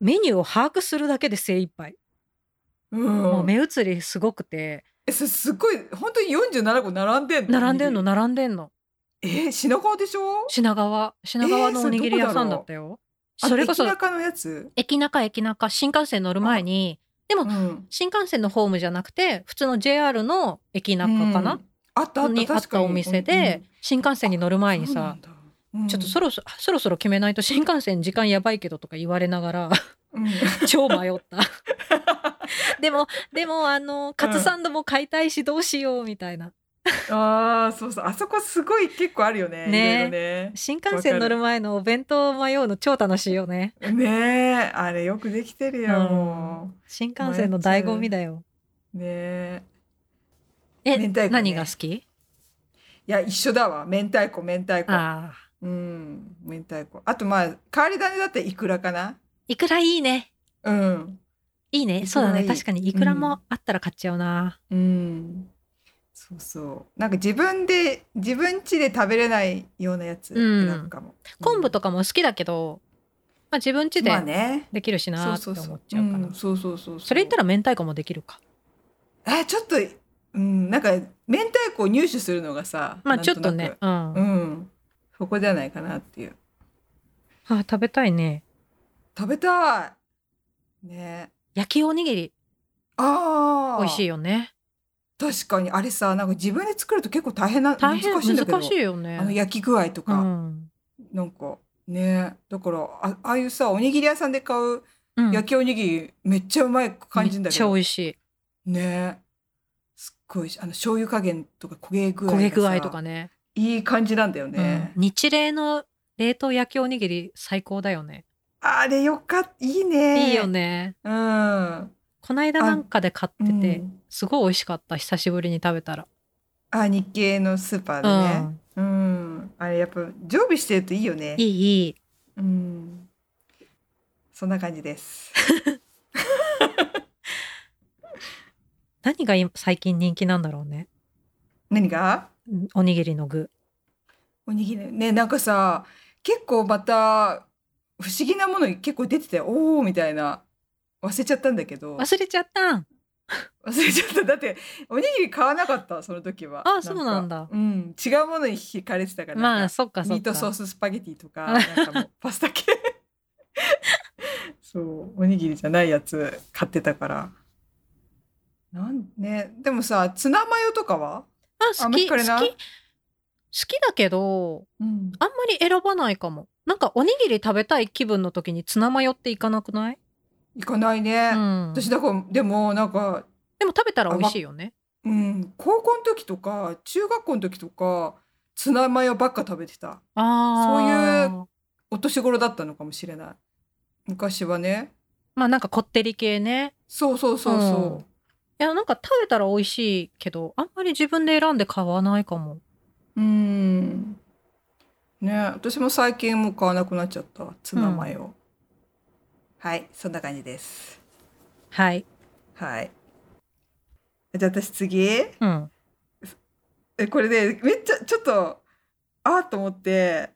Speaker 2: メニューを把握するだけで精一杯
Speaker 1: ー、
Speaker 2: もう
Speaker 1: うん
Speaker 2: 目移りすごくて
Speaker 1: えそすっごい本当に47個並んでんの
Speaker 2: 並んでんの
Speaker 1: おに
Speaker 2: 並んでんの
Speaker 1: ぎりえー、品川でしょ
Speaker 2: 品川品川のおにぎり屋さんだったよ、
Speaker 1: あ
Speaker 2: それこそ
Speaker 1: 駅中のやつ
Speaker 2: 駅中駅中新幹線乗る前にでも
Speaker 1: うん
Speaker 2: 新幹線のホームじゃなくて普通の JR の駅中かな、
Speaker 1: うんあったあっ
Speaker 2: に
Speaker 1: た
Speaker 2: あっ
Speaker 1: 確か
Speaker 2: た
Speaker 1: に
Speaker 2: お店で、新幹線に乗る前に
Speaker 1: そうな
Speaker 2: さ
Speaker 1: ん、だうん
Speaker 2: ちょっとそろそろそろそろ決めないと新幹線時間やばいけどとか言われながら
Speaker 1: うん
Speaker 2: 超 迷ったでもでもあのカツサンドも買いたいしどうしようみたいな、
Speaker 1: ああそうそうあそこすごい結構あるよね
Speaker 2: ね
Speaker 1: いろい
Speaker 2: 新幹線乗る前のお弁当を迷うの超楽しいよね
Speaker 1: ろねねえあれよくできてるよ、
Speaker 2: うん新幹線の醍醐味だよ
Speaker 1: ね
Speaker 2: え、
Speaker 1: 明太子ね
Speaker 2: 何が好き
Speaker 1: えいや一緒だわ明太子明太子
Speaker 2: ああ
Speaker 1: うん明太子あとまあ変わり種だっていくらかない
Speaker 2: くらいいね
Speaker 1: うん
Speaker 2: いい
Speaker 1: いく
Speaker 2: ね
Speaker 1: ら
Speaker 2: そうだ
Speaker 1: い
Speaker 2: ね
Speaker 1: い
Speaker 2: 確かにいくらもあったら買っちゃうな、
Speaker 1: うんそうそうなんか自分で自分家で食べれないようなやつ
Speaker 2: うん
Speaker 1: 選ぶかも、
Speaker 2: 昆布とかも好きだけど、まあ、自分家
Speaker 1: まあ
Speaker 2: で
Speaker 1: ね
Speaker 2: できるし
Speaker 1: そ
Speaker 2: な
Speaker 1: う
Speaker 2: って
Speaker 1: そうそ
Speaker 2: 思っ
Speaker 1: う
Speaker 2: ちゃうから、
Speaker 1: んそうそうそう
Speaker 2: それ言った
Speaker 1: ら
Speaker 2: ら明太子もできるか
Speaker 1: えちょっとうんなんか明太子を入手するのがさ
Speaker 2: まあ
Speaker 1: なん
Speaker 2: ちょっと
Speaker 1: な
Speaker 2: ね
Speaker 1: く
Speaker 2: う
Speaker 1: う
Speaker 2: ん、あ
Speaker 1: んそこじゃないかなっていう
Speaker 2: 食べたいね
Speaker 1: 食べたいね
Speaker 2: 焼きおにぎり
Speaker 1: ああ
Speaker 2: 美味しいよね
Speaker 1: 確かにあれさなんか自分で作ると結構大変な
Speaker 2: 大変
Speaker 1: 難
Speaker 2: 難
Speaker 1: しいんだけど
Speaker 2: しいよね
Speaker 1: あの焼き具合と
Speaker 2: う
Speaker 1: か、
Speaker 2: ん
Speaker 1: なんかねだからあああいうさおにぎり屋さんで買う
Speaker 2: うん
Speaker 1: 焼きおにぎり、めっちゃうまい感じんだけ
Speaker 2: めっちゃ
Speaker 1: ど
Speaker 2: 美味しい
Speaker 1: ねすっごいしあの醤油加減とか焦げ具合が
Speaker 2: 焦
Speaker 1: さ
Speaker 2: げ具合とかね
Speaker 1: いい感じなんだよね、
Speaker 2: うん、日例の冷凍焼きおにぎり最高だよね、
Speaker 1: あれよかっいいね
Speaker 2: いいよね
Speaker 1: うんあ
Speaker 2: こないだなんかで買ってて、
Speaker 1: うん
Speaker 2: すごい美味しかった久しぶりに食べたら、
Speaker 1: あ日系のスーパー
Speaker 2: う
Speaker 1: でね
Speaker 2: ん、
Speaker 1: うん、あれやっぱ常備してるといいよね
Speaker 2: いいいい
Speaker 1: うんそんな感じです
Speaker 2: 何が今最近人気なんだろうね
Speaker 1: 何が
Speaker 2: うんおにぎりの具
Speaker 1: おにぎりねなんかさ結構また不思議なもの結構出てておおみたいな忘れちゃったんだけど忘
Speaker 2: 忘れちゃったん
Speaker 1: れちゃっただっておにぎり買わなかったその時は
Speaker 2: あそうなんだ
Speaker 1: かうん違うものに惹かれてたから
Speaker 2: ま
Speaker 1: なん
Speaker 2: あ
Speaker 1: か
Speaker 2: そっかそ
Speaker 1: ミ
Speaker 2: っ
Speaker 1: ートソー
Speaker 2: か
Speaker 1: ススパゲティとか
Speaker 2: あ
Speaker 1: なんかも うパスタ系 そうおにぎりじゃないやつ買ってたからなんね、でもさ、ツナマヨとかは
Speaker 2: あ
Speaker 1: あ
Speaker 2: 好
Speaker 1: ま
Speaker 2: き
Speaker 1: りこ
Speaker 2: 好
Speaker 1: れ
Speaker 2: き
Speaker 1: な
Speaker 2: 好きだけど
Speaker 1: うん。
Speaker 2: あんまり選ばないかもなんかおにぎり食べたい気分の時にツナマヨっていかなくない、
Speaker 1: いかないね。
Speaker 2: うん、
Speaker 1: 私
Speaker 2: で
Speaker 1: だから、でもなんか、
Speaker 2: も食べたら美味しいよね
Speaker 1: うん、高校の時とか、中学校の時とか、ツナマヨばっか食べてた。
Speaker 2: ああ
Speaker 1: そういうお年頃だったのかもしれない。昔はね。
Speaker 2: まあなんかこってり系ね
Speaker 1: そうそうそうそう。
Speaker 2: いやなんか食べたら美味しいけどあんまり自分で選んで買わないかも
Speaker 1: うん。ね、私も最近もう買わなくなっちゃったツナマヨ。はい、そんな感じです。
Speaker 2: はい
Speaker 1: はい。じゃあ私次。
Speaker 2: うん
Speaker 1: えこれねめっちゃちょっとああと思って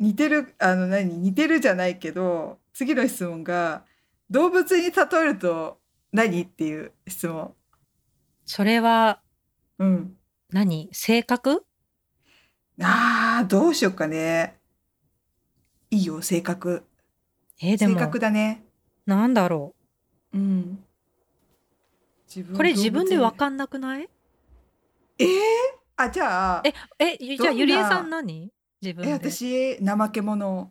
Speaker 1: 似てるあの何似てるじゃないけど次の質問が動物に例えると何っていう質問。
Speaker 2: それは
Speaker 1: うん。
Speaker 2: 何性格
Speaker 1: あーどうしようかね。いいよ性格。
Speaker 2: えーで
Speaker 1: 性
Speaker 2: も
Speaker 1: 格だね。
Speaker 2: なんだろ
Speaker 1: うん。自分
Speaker 2: うこれ自分でわ
Speaker 1: 分
Speaker 2: かんなくない
Speaker 1: えー、あじゃあえ
Speaker 2: えゆじゃあ
Speaker 1: どんな
Speaker 2: ゆりえさん何自分で
Speaker 1: 私怠け者。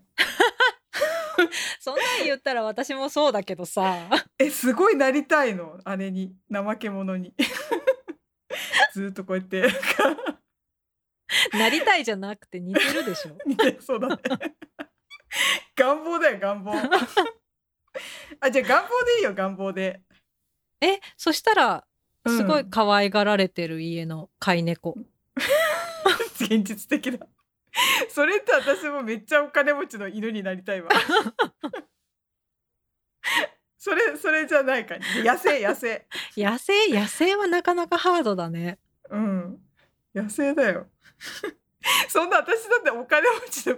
Speaker 2: そんなん言ったら私もそうだけどさ
Speaker 1: えすごいなりたいのあれに怠け者に ずーっとこうやってなんか
Speaker 2: なりたいじゃなくて似てるでしょ
Speaker 1: 似てそうだね願望だよ願望あじゃあ願望でいいよ願望で
Speaker 2: えそしたらすご
Speaker 1: う
Speaker 2: い
Speaker 1: ん
Speaker 2: 可愛がられてる家の飼い猫、
Speaker 1: 現実的だそれって私もめっちゃお金持ちの犬になり たいわそれそれじゃないか野生野生
Speaker 2: 野生野生はなかなかハードだね
Speaker 1: うん野生だよ そんな私だってお金持ち の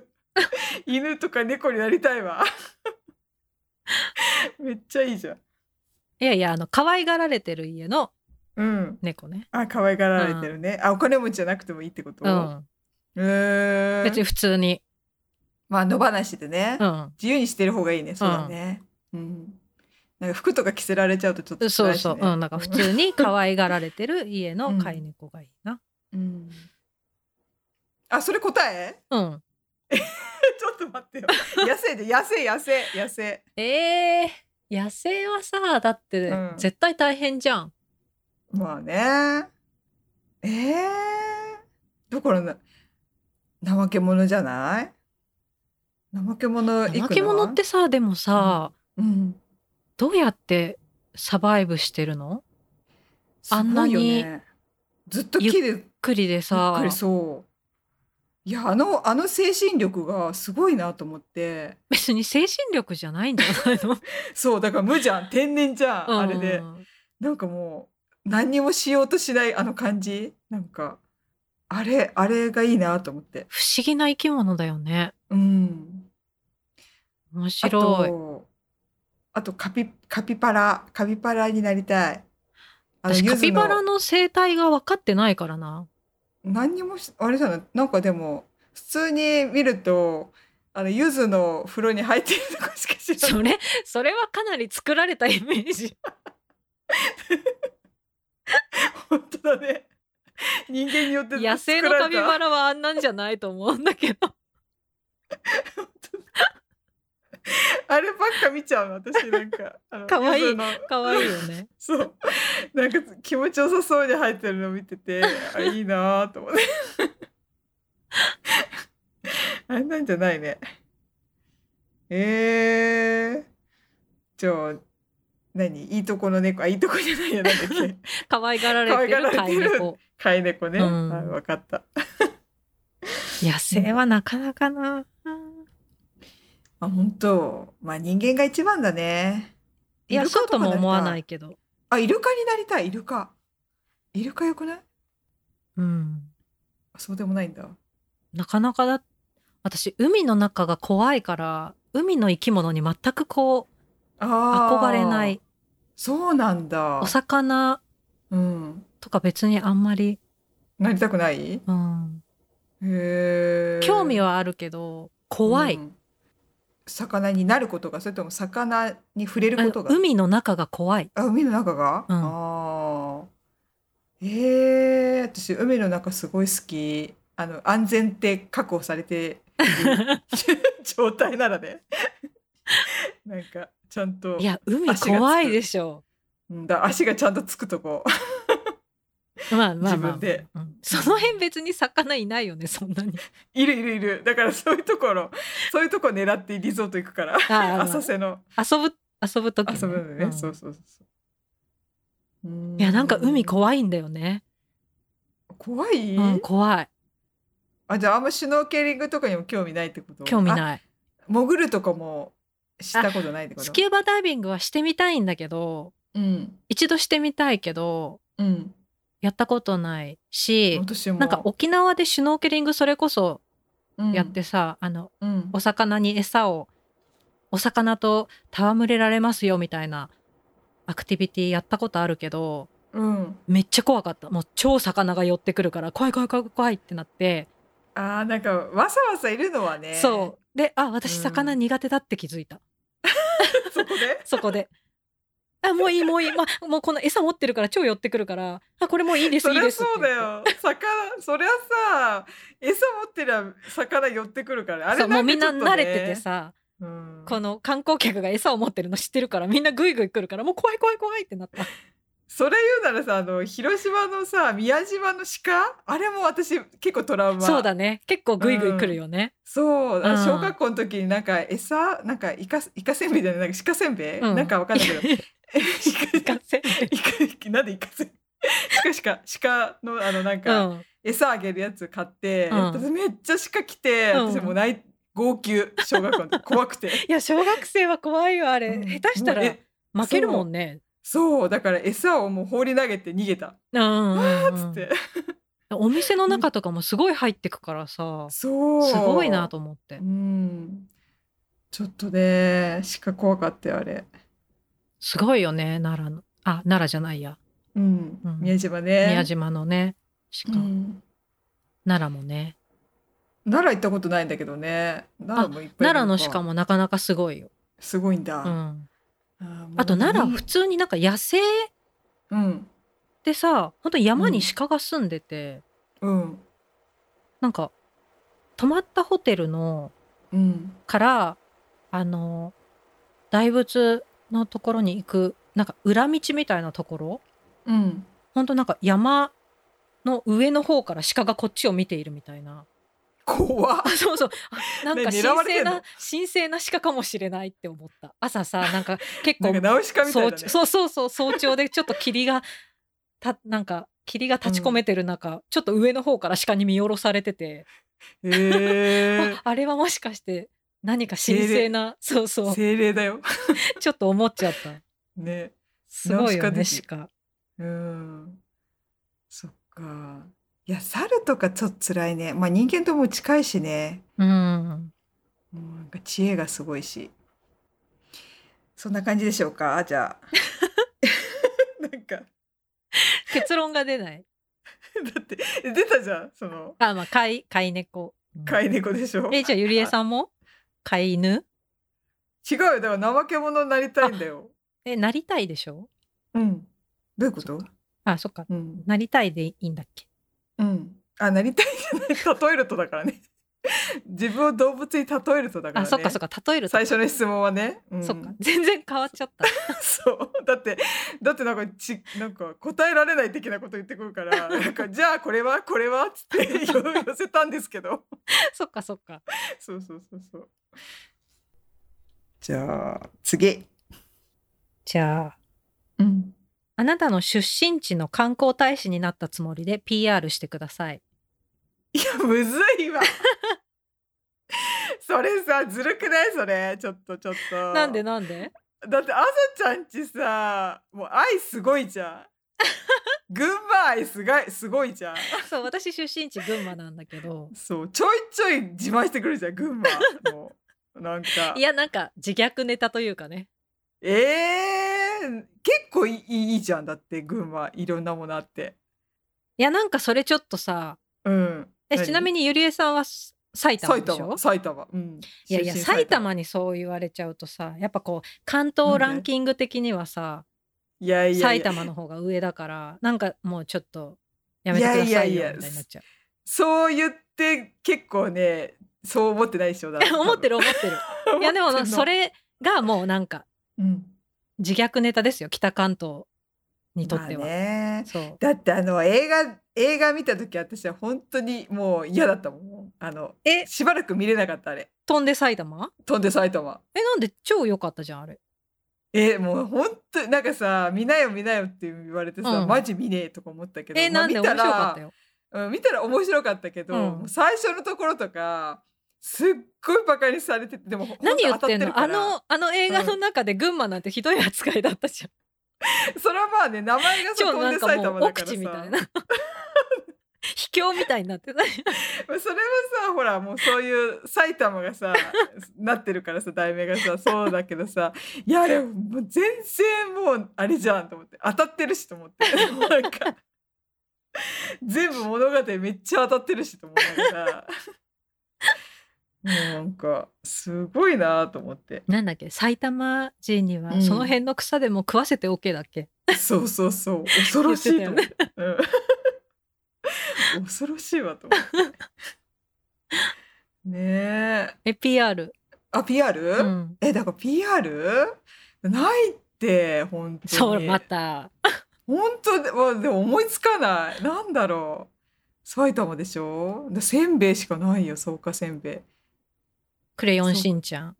Speaker 1: 犬とか猫になりたいわめっちゃいいじゃん
Speaker 2: いやいやあの可愛がられてる家の
Speaker 1: うん
Speaker 2: 猫ね
Speaker 1: あ可愛がられてるね、あお金持ちじゃなくてもいいってこと、
Speaker 2: う
Speaker 1: へ
Speaker 2: ん
Speaker 1: え
Speaker 2: 別に普通に
Speaker 1: まあ野放しでね、
Speaker 2: うん
Speaker 1: 自由にしてる方がいいねそうだねうん、なんか服とか着せられちゃうとちょっと
Speaker 2: そ
Speaker 1: 辛
Speaker 2: う
Speaker 1: いし
Speaker 2: そ
Speaker 1: ね、
Speaker 2: う、うん、なんか普通に可愛がられてる家の飼い猫がいいな。
Speaker 1: うんあそれ答 え
Speaker 2: うん。
Speaker 1: ちょっと待ってよ 野生で野生野生野生
Speaker 2: えー、野生はさ、だって
Speaker 1: うん
Speaker 2: 絶対大変じゃん。
Speaker 1: まあね。ええだからな、怠け者じゃない怠け者いくの
Speaker 2: 怠け者って、さ、でもさ、
Speaker 1: うん、
Speaker 2: どうやってサバイブしてるのあ
Speaker 1: あ
Speaker 2: ん
Speaker 1: ん
Speaker 2: な
Speaker 1: な
Speaker 2: に
Speaker 1: に、ずっと木で、ゆっ
Speaker 2: くりでさ
Speaker 1: く、りそう。いや、あの、あの精神力がすごいなと思って。
Speaker 2: 別に精神力じゃないんじゃないの
Speaker 1: そう、だから無じゃん、天然じゃん、
Speaker 2: うん
Speaker 1: あれで。なんかもう、何にもしようとしないあの感じ。なんか、あれ、あれがいいなと思って。
Speaker 2: 不思議な生き物だよね。
Speaker 1: うん。
Speaker 2: 面
Speaker 1: あ
Speaker 2: 白い。
Speaker 1: とあとカピカピパラカピパラになりたいあの
Speaker 2: 私
Speaker 1: ゆ
Speaker 2: カ
Speaker 1: ず
Speaker 2: ピバラの生態が分かってないからな。
Speaker 1: 何にもしあれじゃないなんかでも普通に見るとあのゆずの風呂に入ってるとこしか知らない
Speaker 2: それそれはかなり作られたイメ ージ。
Speaker 1: 本当だね人間によって
Speaker 2: 野生のカピバラはあんなんじゃ ないと思うんだけど
Speaker 1: あればっか見ちゃうの私なんかあの
Speaker 2: かわいい
Speaker 1: ゆずの
Speaker 2: 可愛いよね
Speaker 1: そうなんか気持ちよさそうに入ってるの見てて あいいなぁと思って あれなんじゃないねえー、じゃあ何いいとこの猫あいいとこじゃないやなんだっ け
Speaker 2: 可愛がられてる
Speaker 1: 可
Speaker 2: 飼
Speaker 1: 愛
Speaker 2: い
Speaker 1: がられてる
Speaker 2: 猫
Speaker 1: 飼い猫ね、
Speaker 2: うん
Speaker 1: あ分かった
Speaker 2: 野生はなかなかな
Speaker 1: あ本当まあ人間が一番だね
Speaker 2: いや
Speaker 1: イルカ
Speaker 2: そうとも
Speaker 1: かりた
Speaker 2: 思わないけど
Speaker 1: あイルカになりたいイルカイルカよくない
Speaker 2: うん
Speaker 1: あそうでもないんだ
Speaker 2: なかなかだ私海の中が怖いから海の生き物に全くこう
Speaker 1: あー
Speaker 2: 憧れない
Speaker 1: そうなんだ
Speaker 2: お魚
Speaker 1: うん
Speaker 2: とか別にあんまり、
Speaker 1: なりたくない
Speaker 2: うん、
Speaker 1: へ
Speaker 2: 興味
Speaker 1: は
Speaker 2: はあるけど怖い、
Speaker 1: 魚になることがそれとも魚に触れる
Speaker 2: あ
Speaker 1: ことが
Speaker 2: 海の中が怖い
Speaker 1: あ海の中が、
Speaker 2: うん
Speaker 1: あええ私海の中すごい好きあの安全って確保されている 状態ならねなんかちゃんと
Speaker 2: いや
Speaker 1: 足
Speaker 2: 海
Speaker 1: がつく
Speaker 2: 怖いでしょ
Speaker 1: うんだ足がちゃんとつくとこ
Speaker 2: まあまあまあ、
Speaker 1: 自分で
Speaker 2: うんその辺別に魚いないよねそ んなに
Speaker 1: いるいるいるだからそういうところそういうとこ狙ってリゾート行くから
Speaker 2: ああまあ
Speaker 1: 浅瀬の
Speaker 2: 遊ぶ遊ぶ時、
Speaker 1: 遊ぶのね、
Speaker 2: うん
Speaker 1: そうそうそうそう
Speaker 2: いやなんか海
Speaker 1: こ
Speaker 2: 怖いんだよね、
Speaker 1: 怖い、
Speaker 2: うん、怖い
Speaker 1: あじゃああんまシュノーケリングとかにも興味ないってこと
Speaker 2: 興味
Speaker 1: い
Speaker 2: ない
Speaker 1: 潜るとかもしたことないってこと
Speaker 2: スキューバダイビングはしてみたいんだけど
Speaker 1: うん
Speaker 2: 一度してみたいけど
Speaker 1: うん
Speaker 2: やったことないし
Speaker 1: 私も
Speaker 2: なんか沖縄でシュノーケリングそれこそやってさ、あの
Speaker 1: うん、うん
Speaker 2: お魚に餌をお魚と戯れられますよみたいなアクティビティやったことあるけど
Speaker 1: うん、
Speaker 2: めっちゃ怖かったもう超魚が寄ってくるから怖い怖い怖い怖いってなって、
Speaker 1: あーなんかわさわさいるのはね
Speaker 2: そうであ私
Speaker 1: うん
Speaker 2: 魚苦手だって気づいた、
Speaker 1: うそこで
Speaker 2: そこで。あもういいもういい、ま、もうこの餌持ってるから超寄ってくるからあこれもういいです
Speaker 1: そ
Speaker 2: いい
Speaker 1: りゃ
Speaker 2: ですって
Speaker 1: そう
Speaker 2: 言
Speaker 1: だ
Speaker 2: って
Speaker 1: よ魚そりゃさ餌持ってりゃ魚寄ってくるからあ
Speaker 2: そ
Speaker 1: れ
Speaker 2: うもうみん
Speaker 1: か
Speaker 2: な
Speaker 1: ちょっとね
Speaker 2: 慣れててさ、
Speaker 1: うん、
Speaker 2: この観光客が餌を持ってるの知ってるからみんなグイグイ来るからもう怖い怖い怖いってなった
Speaker 1: それ言うならさあの広島のさ宮島の鹿あれも私結構トラウマ
Speaker 2: そうだね結構グイグイ来るよね、
Speaker 1: そうあ
Speaker 2: うん
Speaker 1: 小学校の時になんか餌なんかイカイカせんべいじゃないなんか鹿せんべい、
Speaker 2: うん
Speaker 1: なんかわかんないけど
Speaker 2: いかんせん
Speaker 1: イカイカなんでイカせんべい鹿鹿鹿のあのなん
Speaker 2: う
Speaker 1: か、
Speaker 2: ん
Speaker 1: 餌あげるやつ買って、
Speaker 2: うん
Speaker 1: 私めっちゃ鹿来て、
Speaker 2: うん
Speaker 1: 私もう泣い号泣小学校の時怖くて、
Speaker 2: いや小学生は怖いよあれ、
Speaker 1: うん
Speaker 2: 下手した
Speaker 1: もう
Speaker 2: ら
Speaker 1: え
Speaker 2: 負けるもんね
Speaker 1: そうだから餌をもう放り投げて逃げた
Speaker 2: うんうんうん
Speaker 1: つって、
Speaker 2: お店の中とかもすごい入ってくからさす
Speaker 1: そう
Speaker 2: ごいなと思って
Speaker 1: うんちょっとね鹿怖かったよあれ
Speaker 2: すごいよね奈良のあ奈良じゃないや
Speaker 1: うん、
Speaker 2: うん
Speaker 1: 宮島ね
Speaker 2: 宮島のね鹿、
Speaker 1: うん
Speaker 2: 奈良もね
Speaker 1: 奈良行ったことないんだけどね奈良もいっぱいいる
Speaker 2: 奈良の鹿もなかなかすごいよ、
Speaker 1: すごいんだ、
Speaker 2: う
Speaker 1: あ
Speaker 2: ん、
Speaker 1: ーもう
Speaker 2: あと奈良は
Speaker 1: ね
Speaker 2: 普通になんか野生
Speaker 1: うん
Speaker 2: でさ本当に山に鹿が住んでて、
Speaker 1: うん
Speaker 2: なんか泊まったホテルの
Speaker 1: うん
Speaker 2: からあの大仏のところに行くなんか裏道みたいなところ
Speaker 1: うん
Speaker 2: ほんとなんか山の上の方から鹿がこっちを見ているみたいな
Speaker 1: 怖っ
Speaker 2: あそうそうあなんか
Speaker 1: ね
Speaker 2: 神
Speaker 1: 狙われて
Speaker 2: 聖
Speaker 1: んの
Speaker 2: な神聖な鹿かもしれないって思った朝さなん か結
Speaker 1: な
Speaker 2: 構
Speaker 1: んかナウシカみたい
Speaker 2: 早
Speaker 1: だね
Speaker 2: 朝そうそうそう早朝でちょっと霧がたなんか霧が立ち込めてる中、ちょっと上の方から鹿に見下ろされてて、
Speaker 1: へー
Speaker 2: ああれはもしかして何か神聖なそうそう
Speaker 1: 精霊だよ。
Speaker 2: ちょっと思っちゃった
Speaker 1: ね。
Speaker 2: すごいよ
Speaker 1: ナウ
Speaker 2: ね
Speaker 1: シ
Speaker 2: 鹿
Speaker 1: うん。そっか。いや、猿とかちょっと辛いね。まあ人間とも近いしね。
Speaker 2: うん
Speaker 1: もうなんか知恵がすごいし。そんな感じでしょうか、じゃあ。 なんか、だ
Speaker 2: 結論が出ない
Speaker 1: って、出たじゃん、その、
Speaker 2: あまあ飼い飼い猫うん
Speaker 1: 飼い猫でしょ。
Speaker 2: えじゃあゆりえさんも飼い犬
Speaker 1: 違うよ、だから怠け者になりたいんだよ。
Speaker 2: えなりたいでしょ
Speaker 1: うん。どういうこと
Speaker 2: あそっか
Speaker 1: うん。
Speaker 2: なりたいでいいんだっけ
Speaker 1: うん。あ、なりたいじゃない。例えるとだからね。自分を動物に例えるとだから
Speaker 2: あ
Speaker 1: ね。
Speaker 2: そっかそっか例えると
Speaker 1: 最初の質問はね、うん
Speaker 2: そっか全然変わっちゃった
Speaker 1: そう だってだってなんかちなんか答えられない的なこと言ってくるから なんかじゃあこれはこれはっつって よ寄せたんですけど
Speaker 2: そっかそっか
Speaker 1: そうそうそうそうじゃあ次
Speaker 2: じゃあ
Speaker 1: うん
Speaker 2: あなたの出身地の観光大使になったつもりで PR してください
Speaker 1: いや むずいわそれさずるくないそれちょっとちょっと
Speaker 2: なんでな んで
Speaker 1: だってあさちゃんちさもう愛すごいじゃん 群馬愛すごいすごいじゃん
Speaker 2: そう私出身地群馬なんだけど
Speaker 1: そうちょいちょい自慢してくるじゃん群 馬もうなんか
Speaker 2: いやなんか自虐ネタというかね
Speaker 1: えー、結構いいいいじゃんだって群馬いろんなものあって
Speaker 2: いやなんかそれちょっとさ
Speaker 1: うん
Speaker 2: えちなみ
Speaker 1: に
Speaker 2: にゆりえさんはす埼玉
Speaker 1: 埼
Speaker 2: でしょ
Speaker 1: 玉埼玉うん
Speaker 2: いやいや
Speaker 1: 出身
Speaker 2: 埼玉にそう言われちゃうとさやっぱこう関東ランキング的にはさ
Speaker 1: いやいやい
Speaker 2: 埼
Speaker 1: や
Speaker 2: 玉の方が上だからなんかもうちょっとやめてください
Speaker 1: いやいやい
Speaker 2: よ
Speaker 1: や
Speaker 2: みたいになっちゃう
Speaker 1: そう言って結構ねそう思ってないでしょだ
Speaker 2: 思っ
Speaker 1: る
Speaker 2: てる思ってるいやで もそ、れがもうなんか
Speaker 1: うん、
Speaker 2: 自虐ネタですよ北関東にとっては、
Speaker 1: まあね
Speaker 2: そう
Speaker 1: だってあの映画映画見た時私は本当にもう嫌だったもんあの
Speaker 2: え
Speaker 1: しばらく見れなかったあれ
Speaker 2: 飛んで埼玉
Speaker 1: 飛んで埼玉
Speaker 2: えなんで超良かったじゃんあれ
Speaker 1: えもう本当なんかさ見なよ見なよって言われてさ、
Speaker 2: うん
Speaker 1: マジ見ねえとか思ったけど、
Speaker 2: え
Speaker 1: まあ
Speaker 2: なんで
Speaker 1: 見
Speaker 2: 面
Speaker 1: た
Speaker 2: 白
Speaker 1: ら
Speaker 2: かったよ
Speaker 1: うん、見たら面白かったけど、
Speaker 2: うん
Speaker 1: もう最初のところとかすっごいバカにされててでも
Speaker 2: 何言ってん
Speaker 1: 本
Speaker 2: の
Speaker 1: 当当た
Speaker 2: あ
Speaker 1: るから
Speaker 2: のあの映画の中で群馬なんてひどい扱いだったじゃん、
Speaker 1: それはまあね名前がさ
Speaker 2: 超
Speaker 1: 飛ん
Speaker 2: な
Speaker 1: で
Speaker 2: んか
Speaker 1: 埼
Speaker 2: も
Speaker 1: 玉
Speaker 2: う
Speaker 1: だ
Speaker 2: 奥
Speaker 1: から
Speaker 2: 地みた
Speaker 1: さ
Speaker 2: いな 卑怯みたいになってない
Speaker 1: それはさほらもうそういう埼玉がさなってるからさ題名がさそうだけどさいやあれもう全然もうあれじゃんと思って当たってるしと思ってなんか全部物語めっちゃ当たってるしと思いながらもうなんかすごいなと思って
Speaker 2: なんだっけ埼玉人に
Speaker 1: う
Speaker 2: は
Speaker 1: ん
Speaker 2: その辺の草でも食わせて OK だっけ、
Speaker 1: そうそうそう恐ろしいと思ってうん恐ろしいわと思ってねえ
Speaker 2: え PR、
Speaker 1: あ PR?
Speaker 2: うん、
Speaker 1: えだから PR ないって本当に
Speaker 2: そうまた
Speaker 1: 本当でわでも思いつかないなんだろう埼玉でしょでせんべいしかないよ草加せんべい
Speaker 2: 「クレヨンしんちゃん」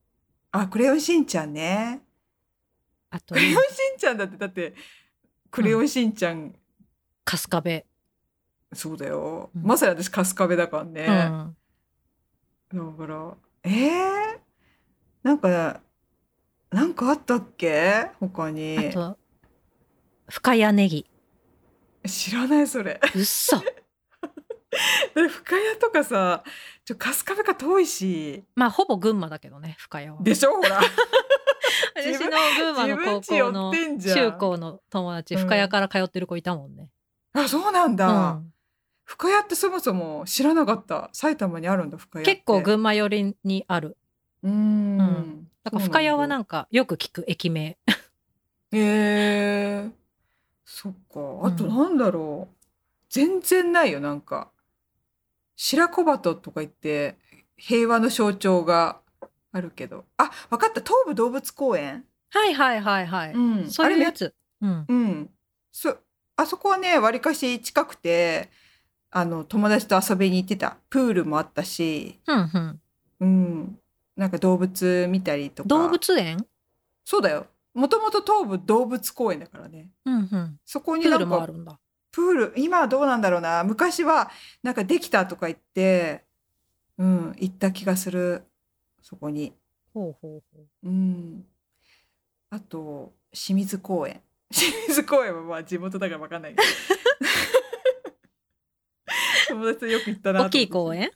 Speaker 1: あクレヨンしんちゃんね
Speaker 2: あと
Speaker 1: クレヨンしんちゃんだってだってクレヨンしんちゃん、
Speaker 2: 春日部、
Speaker 1: そうだよ、
Speaker 2: うん
Speaker 1: まさに私春日部だからね、
Speaker 2: うん
Speaker 1: だからえー、なんかなんかあったっけ他に
Speaker 2: あと深谷ネギ
Speaker 1: 知らないそれ
Speaker 2: うっそ
Speaker 1: で深谷とかさちょ春日部か遠いし
Speaker 2: まあほぼ群馬だけどね深谷は
Speaker 1: でしょほ ら
Speaker 2: 私
Speaker 1: 自
Speaker 2: の
Speaker 1: 分
Speaker 2: 群馬の高校の
Speaker 1: 自分家寄ってんじゃん
Speaker 2: 中高の友達
Speaker 1: うん
Speaker 2: 深谷から通ってる子いたもんね、
Speaker 1: あそうなんだ、
Speaker 2: うん
Speaker 1: 深谷ってそもそも知らなかった埼玉にあるんだ深谷って
Speaker 2: 結構群馬寄りにある
Speaker 1: うー
Speaker 2: うんだから深谷はなん
Speaker 1: か
Speaker 2: んかよく聞く駅名
Speaker 1: へえー、そっかあとなんだろう、全然ないよなんか白子鳩とか言って平和の象徴があるけどあわかった東武動物公園、
Speaker 2: はいはいはいはい、
Speaker 1: ん
Speaker 2: そういうやつ、うん、
Speaker 1: うん、そあそこはねわりかし近くてあの友達と遊びに行ってたプールもあったし、
Speaker 2: うんうん
Speaker 1: うん、なんか動物見たりとか
Speaker 2: 動物園
Speaker 1: そうだよもともと東武動物公園だからね
Speaker 2: うんうん
Speaker 1: そこ
Speaker 2: プ
Speaker 1: にな
Speaker 2: ー
Speaker 1: んか
Speaker 2: ルもあるんだ
Speaker 1: プール今はどうなんだろうな昔はなんかできたとか言って、うん、行った気がするそこに、
Speaker 2: ほうほうほう
Speaker 1: うん、あと清水公園 清水公園はまあ地元だから分かん ないけど友達とよく行ったなと思
Speaker 2: 大
Speaker 1: って
Speaker 2: きい公園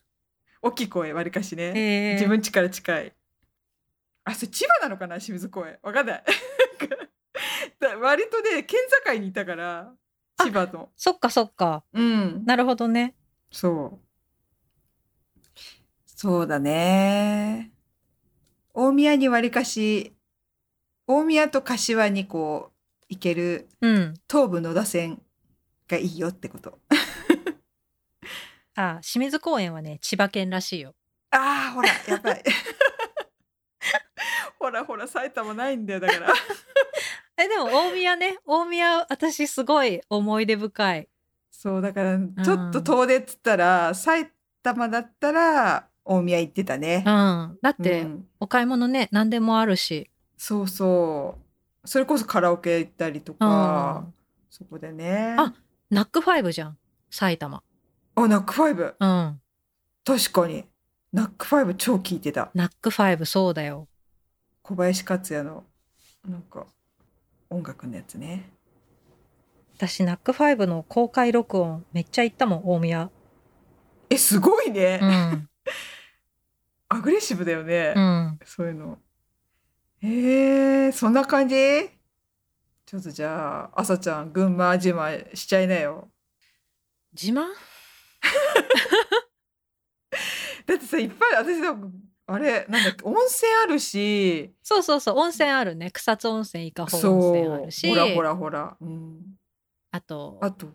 Speaker 1: 大きい公園わりかしね、
Speaker 2: え
Speaker 1: 自分家から近いあそれ千葉なのかな清水公園わかんないなんかだ割とね県境にいたから
Speaker 2: あ
Speaker 1: 千葉と
Speaker 2: そっかそっか
Speaker 1: うん
Speaker 2: なるほどね
Speaker 1: そうそうだね大宮にわりかし大宮と柏にこう行ける
Speaker 2: うん
Speaker 1: 東武野田線がいいよってこと
Speaker 2: あ清水公園はね千葉県らしいよ
Speaker 1: あーほらやばい ほらほら埼玉ないんだよだから
Speaker 2: えでも大宮ね大宮私すごい思い出深い
Speaker 1: そうだからちょっと遠出っつったら、埼玉だったら大宮行ってたね
Speaker 2: う。んだっ
Speaker 1: う
Speaker 2: て、
Speaker 1: ん
Speaker 2: お買い物ね何でもあるし
Speaker 1: そうそうそれこそカラオケ行ったりと
Speaker 2: あ
Speaker 1: か、そこでね
Speaker 2: あナックファイブじゃん埼玉
Speaker 1: あナックファイブ
Speaker 2: うん
Speaker 1: 確かにナックファイブ超聞いてた
Speaker 2: ナックファイブそうだよ
Speaker 1: 小林克也のなんか音楽のやつね。
Speaker 2: 私ナックファイブの公開録音めっちゃ行ったもん大宮
Speaker 1: えすごいね、
Speaker 2: うん、
Speaker 1: アグレッシブだよね、
Speaker 2: うん、
Speaker 1: そういうの。えー、そんな感じちょっとじゃあ朝ちゃん群馬自慢しちゃいなよ。
Speaker 2: 自慢
Speaker 1: だってさいっぱい私でもあれなんだっけ温泉あるし
Speaker 2: そうそうそう温泉あるね草津温泉伊香保温泉あ
Speaker 1: そ
Speaker 2: る
Speaker 1: う
Speaker 2: し
Speaker 1: ほらほらほら、うん、
Speaker 2: あと
Speaker 1: あと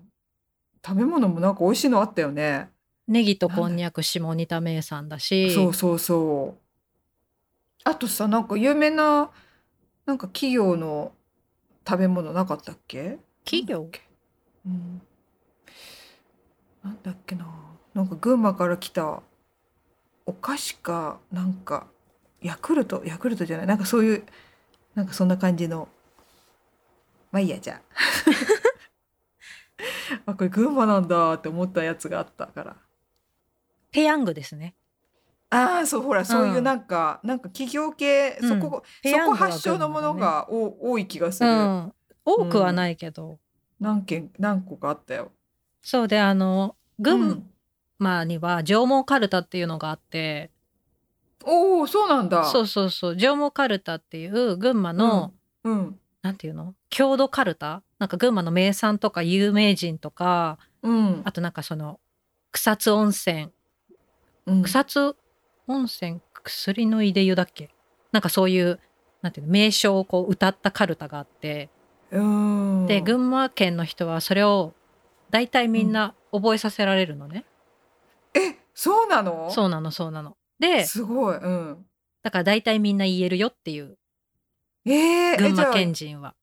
Speaker 1: 食べ物もなんか美味しいのあったよね、
Speaker 2: ネギとこんにゃく下仁田名産だし
Speaker 1: そうそうそうあとさなんか有名ななんか企業の食べ物なかったっけ
Speaker 2: 企
Speaker 1: な
Speaker 2: 業
Speaker 1: んだっけうんなんだっけななんか群馬から来たお菓子かなんかヤクルトヤクルトじゃないなんかそういうなんかそんな感じのまあいいやじゃああこれ群馬なんだって思ったやつがあったから
Speaker 2: ペヤングですね
Speaker 1: ああそうほらそういううんなんか、なんか企業系そこ、
Speaker 2: ペ
Speaker 1: そ
Speaker 2: ヤング
Speaker 1: こ
Speaker 2: は
Speaker 1: 発祥のものがお多い気がする、
Speaker 2: うん多くはないけど、
Speaker 1: 何件何個かあったよ。
Speaker 2: そうであの
Speaker 1: う
Speaker 2: 群
Speaker 1: ん
Speaker 2: 馬には縄文かるたっていうのがあって、
Speaker 1: おおそうなんだ。
Speaker 2: そうそうそう縄文かるたっていう群馬の、
Speaker 1: うん
Speaker 2: なんていうの郷土かるたなんか群馬の名産とか有名人とか
Speaker 1: うん
Speaker 2: あとなんかその草津温泉
Speaker 1: うん
Speaker 2: 草津温泉薬のいで湯だっけなんかそういうなんていうの名称をこう歌ったかるたがあって、
Speaker 1: うん
Speaker 2: で群馬県の人はそれを大体みんな覚えさせられるのね、
Speaker 1: えそうなの
Speaker 2: そうなのそうなので、
Speaker 1: すごい。うん、
Speaker 2: だから大体みんな言えるよっていう
Speaker 1: えー、え
Speaker 2: 群馬
Speaker 1: じゃ
Speaker 2: 県
Speaker 1: あ
Speaker 2: 人は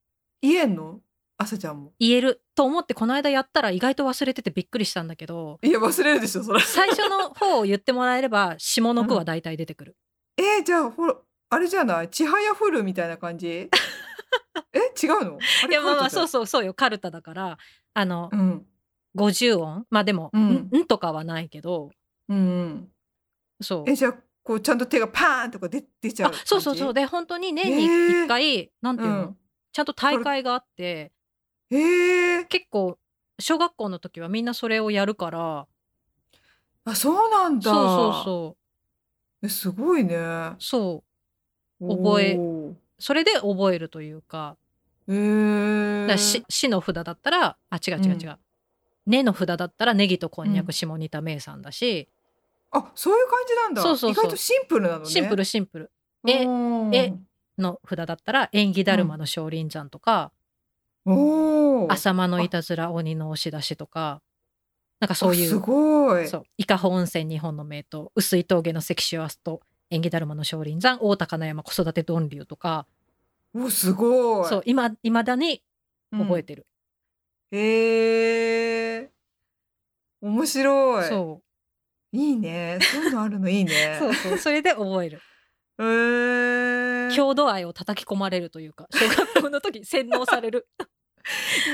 Speaker 1: 言えんのあさちゃんも。
Speaker 2: 言えると思ってこの間やったら意外と忘れててびっくりしたんだけど
Speaker 1: いや忘れるでしょそれ。
Speaker 2: 最初の方を言ってもらえれば下の句は大体出てくる、
Speaker 1: えー、じゃあほらあれじゃないちはやふるみたいな感 じえ違うのあれ
Speaker 2: いやまあまあ
Speaker 1: カ
Speaker 2: そ
Speaker 1: ル
Speaker 2: うそうそうよカルタだからあの、
Speaker 1: トじゃんうん
Speaker 2: 50音まあでも「
Speaker 1: うん
Speaker 2: ん」んとかはないけど
Speaker 1: うんうん
Speaker 2: そう
Speaker 1: えじゃあこうちゃんと手がパーンとか出出ちゃう
Speaker 2: あ
Speaker 1: 感じ
Speaker 2: そうそうそうで本当に年に
Speaker 1: へー
Speaker 2: 1回、なんていうの、
Speaker 1: うん
Speaker 2: ちゃんと大会があって
Speaker 1: えー、
Speaker 2: 結構小学校の時はみんなそれをやるから
Speaker 1: あそうなんだ
Speaker 2: そうそうそう
Speaker 1: えすごいね
Speaker 2: うそ
Speaker 1: おー
Speaker 2: 覚うそれで覚えるというか
Speaker 1: え
Speaker 2: だ
Speaker 1: ー、
Speaker 2: からし「し」の札だったらあ違う違う違う「ね」の札だったらネギとこんにゃ
Speaker 1: うん
Speaker 2: く下仁田名産だし、
Speaker 1: あそういう感じなんだ
Speaker 2: そうそうそう
Speaker 1: 意外とシンプルなのね
Speaker 2: シンプルシンプルえ
Speaker 1: うん
Speaker 2: えの札だったら「縁起だるまの少林山」とか
Speaker 1: お
Speaker 2: 「
Speaker 1: ー
Speaker 2: 浅間のいたずら鬼の押し出し」とかなんか
Speaker 1: あ
Speaker 2: そうい
Speaker 1: す
Speaker 2: う
Speaker 1: ごい
Speaker 2: そう伊香保温泉日本の名湯薄い峠の関州明日と縁起だるまの少林山大高の山子育て屯留とか
Speaker 1: おすごい
Speaker 2: そう今いまだに覚えて
Speaker 1: う
Speaker 2: る、
Speaker 1: んえー、面白い
Speaker 2: そ
Speaker 1: いいねそういうのあるのいいうね
Speaker 2: そ うそうそれで覚える
Speaker 1: えー、
Speaker 2: 郷土愛を叩き込まれるというか小学校の時洗脳さ れる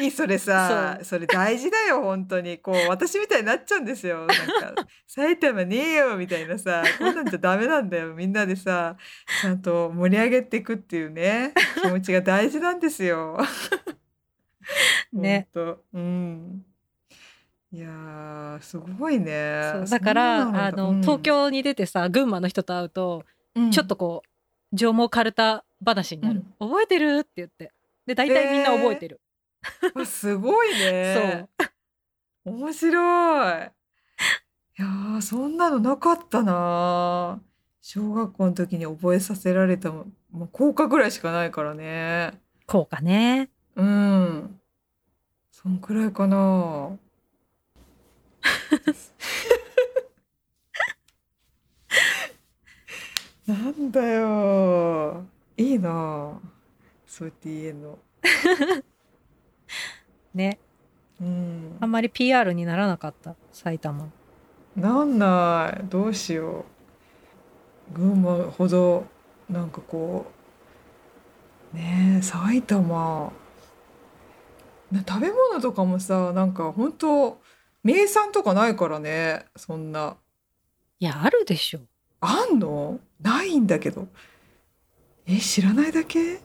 Speaker 1: い いそれさそれ大事だよ 本当にこう私みたいになっちゃうんですよなん か埼玉ねえよみたいなさこんなんじゃダメなんだよみんなでさちゃんと盛り上げていくっていうね気持ちが大事なんですよ。
Speaker 2: ね
Speaker 1: ほんとうんいやーすごいね
Speaker 2: そうだから
Speaker 1: そんな
Speaker 2: あ
Speaker 1: んだ
Speaker 2: の、
Speaker 1: うん
Speaker 2: 東京に出てさ群馬の人と会うと、
Speaker 1: うん
Speaker 2: ちょっとこう上毛かるた話になる、覚えてるって言ってで大体みんな覚えてる、
Speaker 1: あすごいね面白い。いやーそんなのなかったなー。小学校の時に覚えさせられたももう効果ぐらいしかないからね。
Speaker 2: そうこうかね
Speaker 1: うん。そんくらいかな。なんだよー。いいなー。そうやって言えんの。
Speaker 2: ね
Speaker 1: うん
Speaker 2: あ。んまり PR にならなかった埼玉
Speaker 1: なんないどうしよう群馬ほどなんかこうねえ埼玉な食べ物とかもさなんか本当名産とかないからねそんない
Speaker 2: やあるでしょ
Speaker 1: あんのないんだけどえ知らないだけい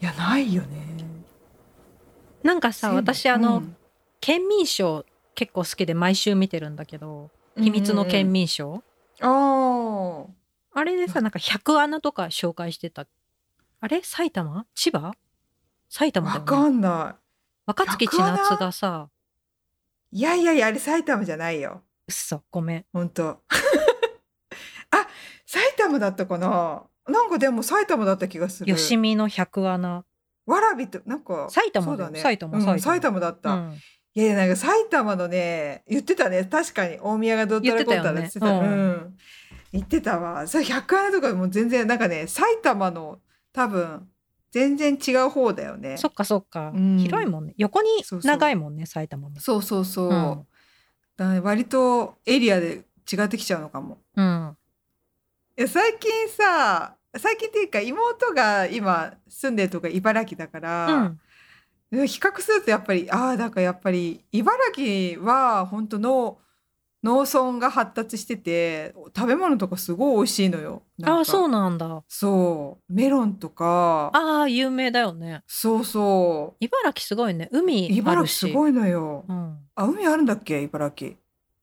Speaker 1: やないよね
Speaker 2: なんかさ
Speaker 1: そう
Speaker 2: 私あの、
Speaker 1: うん
Speaker 2: 県民賞結構好きで毎週見てるんだけど「秘密の県民賞」
Speaker 1: うんうんうんあ
Speaker 2: あれでさなんか百穴とか紹介してたあれ埼玉千葉埼
Speaker 1: あ
Speaker 2: 玉だ
Speaker 1: わ
Speaker 2: よ、
Speaker 1: か
Speaker 2: ね、
Speaker 1: んな
Speaker 2: 若槻千夏がさ
Speaker 1: いいやいやいやあれ埼玉じゃないよ
Speaker 2: うっそごめん
Speaker 1: 本当。あ、埼玉だったかななんかでも埼玉だった気がする
Speaker 2: よしみの百穴
Speaker 1: わらびとなんか
Speaker 2: 埼玉
Speaker 1: そう
Speaker 2: だ
Speaker 1: だ
Speaker 2: よ
Speaker 1: ね
Speaker 2: 埼玉
Speaker 1: うん
Speaker 2: 埼玉
Speaker 1: 埼玉だった、
Speaker 2: うん
Speaker 1: いやいやなんか埼玉のね言ってたね確かに大宮がどうたらこうたら
Speaker 2: 言
Speaker 1: 言
Speaker 2: っ
Speaker 1: ってて
Speaker 2: た
Speaker 1: た
Speaker 2: よね
Speaker 1: う
Speaker 2: うん
Speaker 1: ん言ってたわそれ百円とかも全然なんかね埼玉の多分全然違う方だよね
Speaker 2: そっかそっか、
Speaker 1: うん
Speaker 2: 広いもんね横に
Speaker 1: そうそう
Speaker 2: 長いもんね埼玉も
Speaker 1: そうそうそう、
Speaker 2: うん
Speaker 1: だから割とエリアで違ってきちゃうのかも
Speaker 2: うん
Speaker 1: いや最近さ最近っていうか妹が今住んでるとこが茨城だから、
Speaker 2: うん
Speaker 1: で比較するとやっぱりああだからやっぱり茨城は本当の農村が発達してて食べ物とかすごい美味しいのよ。なん
Speaker 2: あ
Speaker 1: か
Speaker 2: あそうなんだ
Speaker 1: そうメロンとか
Speaker 2: ああ有名だよね
Speaker 1: そうそ
Speaker 2: 茨城すごいね
Speaker 1: う
Speaker 2: 海あ
Speaker 1: 茨
Speaker 2: る
Speaker 1: 城
Speaker 2: し
Speaker 1: すごいのよ。
Speaker 2: うん、
Speaker 1: あ海あるんだっけ茨城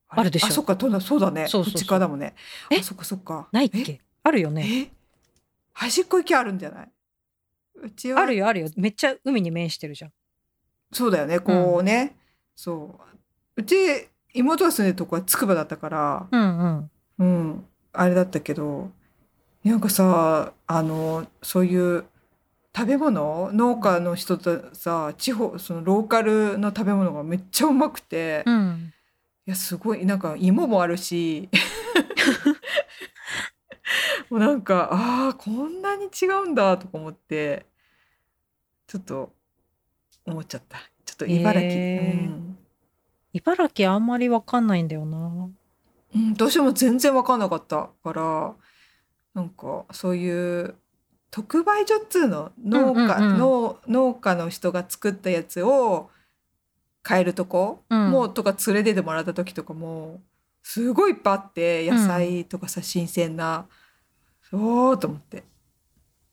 Speaker 2: あるでしょ
Speaker 1: あそっかとんだそうだね
Speaker 2: そうそうそう
Speaker 1: こっち側だもんね
Speaker 2: え
Speaker 1: あそっかそっか
Speaker 2: ないっけあるよ
Speaker 1: ええ
Speaker 2: ね
Speaker 1: 端っこ行きあるんじゃないうちは
Speaker 2: あるよあるよめっちゃ海に面してるじゃん
Speaker 1: そうだよねこうね、そううち妹が住んでるとこは筑波だったから、
Speaker 2: うんうん
Speaker 1: うん、あれだったけどなんかさあのそういう食べ物農家の人とさ地方そのローカルの食べ物がめっちゃうまくて、
Speaker 2: う
Speaker 1: い
Speaker 2: ん
Speaker 1: やすごいなんか芋もある しもうなんかあーこんなに違うんだとか思ってちょっと思っちゃったちょっと茨城、
Speaker 2: へー
Speaker 1: うん
Speaker 2: 茨城あんまりわかんないんだよな
Speaker 1: うん、どうしても全然分かんなかったからなんかそういう特売所っつうの農家、
Speaker 2: うんうんうん
Speaker 1: 農農家の人が作ったやつを買えるとこ、
Speaker 2: うん
Speaker 1: もうとか連れてってもらった時とかもすごいいっぱいあって野菜とかさ、新鮮なおーと思って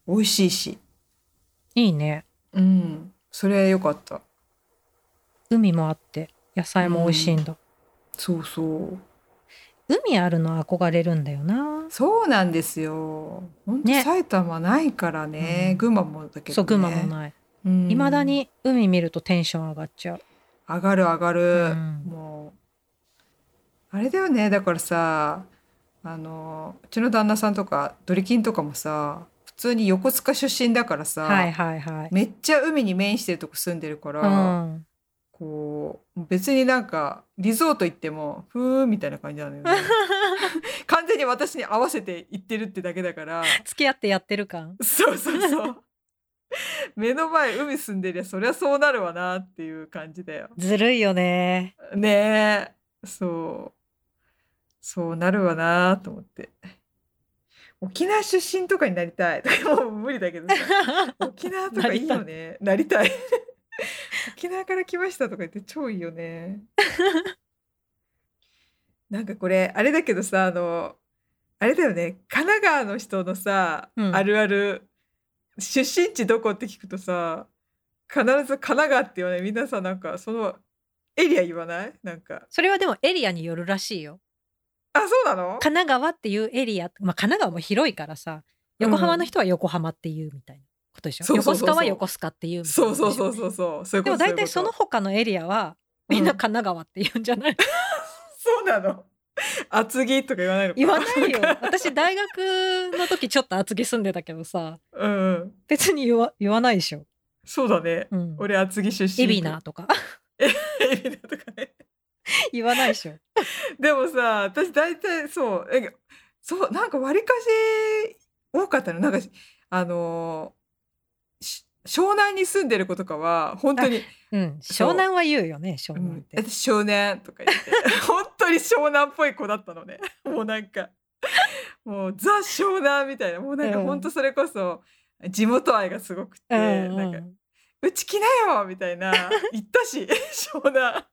Speaker 1: 美味しいし、
Speaker 2: いいね
Speaker 1: うん、それ良かった
Speaker 2: 海もあって野菜も美味しいんだ、
Speaker 1: そうそう
Speaker 2: 海あるの憧れるんだよな
Speaker 1: そうなんですよ本当
Speaker 2: ね
Speaker 1: 埼玉ないからね
Speaker 2: うん
Speaker 1: 群馬もだけど、ね、
Speaker 2: そう群馬もない
Speaker 1: うん
Speaker 2: 未だに海見るとテンション上がっちゃう
Speaker 1: 上がる上がる、
Speaker 2: ん
Speaker 1: もうあれだよねだからさあのうちの旦那さんとかドリキンとかもさ普通に横須賀出身だからさ、
Speaker 2: はいはいはい
Speaker 1: めっちゃ海に面してるとこ住んでるから、
Speaker 2: うん
Speaker 1: こう別になんかリゾート行ってもふーみたいな感じなのよ ね完全に私に合わせて行ってるってだけだから
Speaker 2: 付き合ってやってる感
Speaker 1: そうそう そう目の前海住んでりゃそりゃそうなるわなっていう感じだよ
Speaker 2: ずるいよね
Speaker 1: ねえそうそうなるわなと思って沖縄出身とかになりたい もう無理だけどさ沖縄とかいいよねなりたい 沖縄から来ましたとか言って超いいよ ねなんかこれあれだけどさあのあれだよね神奈川の人のさ、
Speaker 2: うん
Speaker 1: あるある出身地どこって聞くとさ必ず神奈川って言わないみんなさなんかそのエリア言わないなんか
Speaker 2: それはでもエリアによるらしいよ
Speaker 1: あそうなの
Speaker 2: 神奈川っていうエリア、まあ、神奈川も広いからさ
Speaker 1: うん
Speaker 2: 横浜の人は横浜っていうみたいなことでしょ、
Speaker 1: そうそうそうそう
Speaker 2: 横須賀は横須賀っていうみたいな
Speaker 1: そ
Speaker 2: こ
Speaker 1: うそ
Speaker 2: とで
Speaker 1: うそうそう
Speaker 2: しょ
Speaker 1: そうそういう
Speaker 2: で
Speaker 1: こと
Speaker 2: も大体そ
Speaker 1: うい
Speaker 2: の
Speaker 1: うこ
Speaker 2: 他のエリアはみんな
Speaker 1: うん
Speaker 2: 神奈川って言うんじゃない、
Speaker 1: とそうな の厚木とか言わないのか
Speaker 2: 言わないよ
Speaker 1: んか
Speaker 2: 私大学の時ちょっと厚木住んでたけどさ
Speaker 1: うんうん
Speaker 2: 別に言わ言わないでしょ、
Speaker 1: そうだね
Speaker 2: うん、
Speaker 1: 俺厚木出身
Speaker 2: 海老名とか
Speaker 1: エビナとかね
Speaker 2: 言わないでしょ
Speaker 1: でもさ私大体そうえそうなんかわりかし多かったのなんかあのーし湘南に住んでる子とかは本当に
Speaker 2: うん、
Speaker 1: そう
Speaker 2: 湘南は言うよね、湘
Speaker 1: う
Speaker 2: 南っ
Speaker 1: ん
Speaker 2: て。
Speaker 1: 私少年とか言って 本当に湘南っぽい子だったのねもうなんかもうザ湘南みたいなもうなんか
Speaker 2: うん
Speaker 1: 本当それこそ地元愛がすごくて、
Speaker 2: うん
Speaker 1: なん
Speaker 2: う
Speaker 1: か
Speaker 2: ん
Speaker 1: うち来なよみたい な言ったし 湘南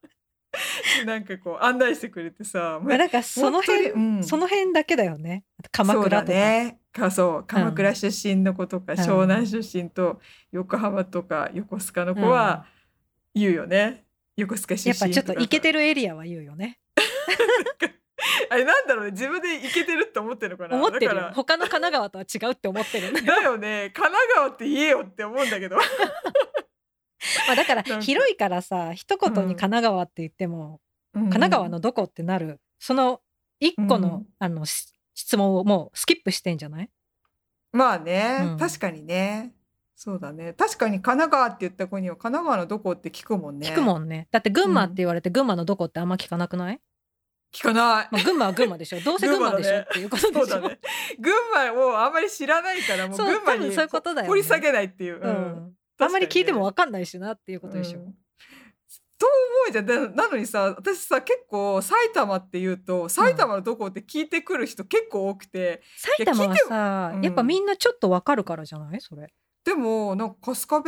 Speaker 1: なんかこう案内してくれてさもう
Speaker 2: まあ、なんかその辺、
Speaker 1: 本当にうん
Speaker 2: その辺だけだよね。あと鎌倉
Speaker 1: そう
Speaker 2: と
Speaker 1: だ
Speaker 2: か。
Speaker 1: ねかそう鎌倉出身の子とか、
Speaker 2: ん
Speaker 1: 湘南出身と横浜とか横須賀の子は言うよね、横須賀出
Speaker 2: や
Speaker 1: 身
Speaker 2: っぱちょっとイケ
Speaker 1: る
Speaker 2: てるエリアは言うよね。
Speaker 1: あれなんだろうね自分でイケてるって思ってるのかな
Speaker 2: 思ってる
Speaker 1: だか
Speaker 2: よ
Speaker 1: ら。
Speaker 2: 他の神奈川とは違うって思って るよね。
Speaker 1: だよね神奈川って言えよって思うんだ けど
Speaker 2: まあだか
Speaker 1: なん
Speaker 2: ら
Speaker 1: か
Speaker 2: 広いからさ、一言に神奈川って言っても、
Speaker 1: 神
Speaker 2: 神奈川のどこってなる、その一個の、あの、し質問をもうスキップしてんじゃない
Speaker 1: まあね、
Speaker 2: うん
Speaker 1: 確かにねそうだね確かに神奈川って言った子には神奈川のどこって聞くもんね
Speaker 2: 聞くもんね。だって群馬って言われて群馬のどこってあんま聞かなくない、
Speaker 1: 聞か ない
Speaker 2: まあ、群馬は群馬でしょ。どうせ 群馬でしょ、
Speaker 1: 群馬だね
Speaker 2: っていうことで
Speaker 1: そう
Speaker 2: しょ。
Speaker 1: だね群馬をあんまり知らないからもう
Speaker 2: そう
Speaker 1: 群馬
Speaker 2: 多
Speaker 1: に
Speaker 2: 分そういうことだよね
Speaker 1: 掘り下げないっていう、うん
Speaker 2: う
Speaker 1: 確かにね
Speaker 2: ん。あんまり聞いてもわかんないしなっていうことでしょ。
Speaker 1: うんと思うじゃんだなのにさ私さ結構埼玉って言うと埼玉のどこって聞いてくる人結構多くて、
Speaker 2: 埼玉は
Speaker 1: い
Speaker 2: さ
Speaker 1: や聞いてもうん
Speaker 2: やっぱみんなちょっとわかるからじゃないそれ。
Speaker 1: でもなんか春日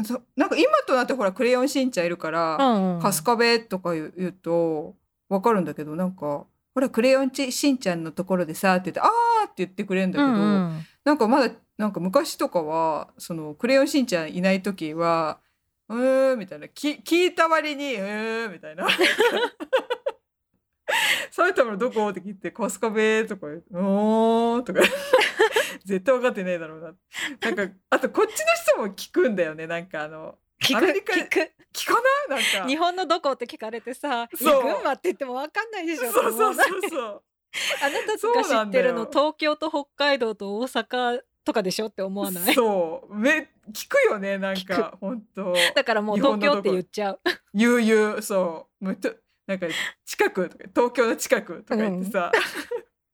Speaker 1: 部そなんか今となってほら「クレヨンしんちゃん」いるから、
Speaker 2: うんうん、
Speaker 1: 春日部とか言う言うとわかるんだけどなんか「ほらクレヨンちしんちゃんのところでさ」って言って「あー」って言ってくれるんだけど、
Speaker 2: うんうん
Speaker 1: なんかまだなんか昔とかはその「クレヨンしんちゃん」いない時は「うーん」みたいなき聞いた割に「うーん」みたい な「埼玉のどこ?」って聞いて「春日部」とか言う「おー」とか絶対分かってねえだろうななんかあとこっちの人も聞くんだよねなんかあの
Speaker 2: 聞
Speaker 1: ア
Speaker 2: く
Speaker 1: メリカ
Speaker 2: 聞く
Speaker 1: 聞かないなんか
Speaker 2: 日本のどこって聞かれてさ「いや
Speaker 1: そう
Speaker 2: 群馬って言ってもわかんないでしょ」
Speaker 1: そうそう
Speaker 2: も
Speaker 1: そう
Speaker 2: う
Speaker 1: そう
Speaker 2: あなたとか知ってるの
Speaker 1: そうなんだよ
Speaker 2: 東京と北海道と大阪とかでしょって思わない
Speaker 1: そうめ聞くよねなん
Speaker 2: 聞
Speaker 1: か本当
Speaker 2: だからもう
Speaker 1: 日本
Speaker 2: 東
Speaker 1: のどこ
Speaker 2: 京って言っちゃう。
Speaker 1: 悠々そうむとなんか近くとか東京の近くとか言ってさ、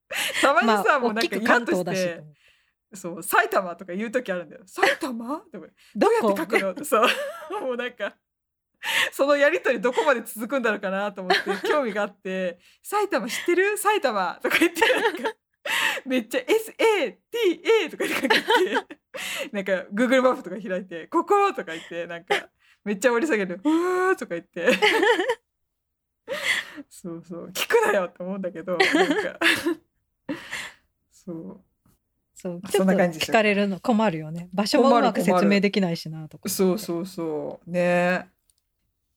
Speaker 1: たまに
Speaker 2: ま
Speaker 1: さ、
Speaker 2: あ
Speaker 1: もう
Speaker 2: 大
Speaker 1: なん
Speaker 2: き
Speaker 1: か
Speaker 2: く
Speaker 1: イラ
Speaker 2: 関
Speaker 1: ッと
Speaker 2: 東
Speaker 1: し
Speaker 2: だして
Speaker 1: そう埼玉とか言う時あるんだよ埼玉とか
Speaker 2: ど
Speaker 1: どうやっ
Speaker 2: こ
Speaker 1: て書くの ってさもうなんかそのやりとりどこまで続くんだろうかなと思 って興味があって「埼玉知ってる埼玉」 とか言ってなんかめっちゃ「SATA」とか言って なんか Google マップとか開いて「ここ」とか言ってなんかめっちゃ掘り下げる「うわ」とか言って そうそう聞くなよって思うんだけどなんか そう
Speaker 2: そうち
Speaker 1: そ
Speaker 2: ょっ
Speaker 1: ん
Speaker 2: と
Speaker 1: な感じです
Speaker 2: 聞かれるの困るよね場所もうま
Speaker 1: 困
Speaker 2: く
Speaker 1: る困る
Speaker 2: 説明できないしなとか
Speaker 1: そうそうそうね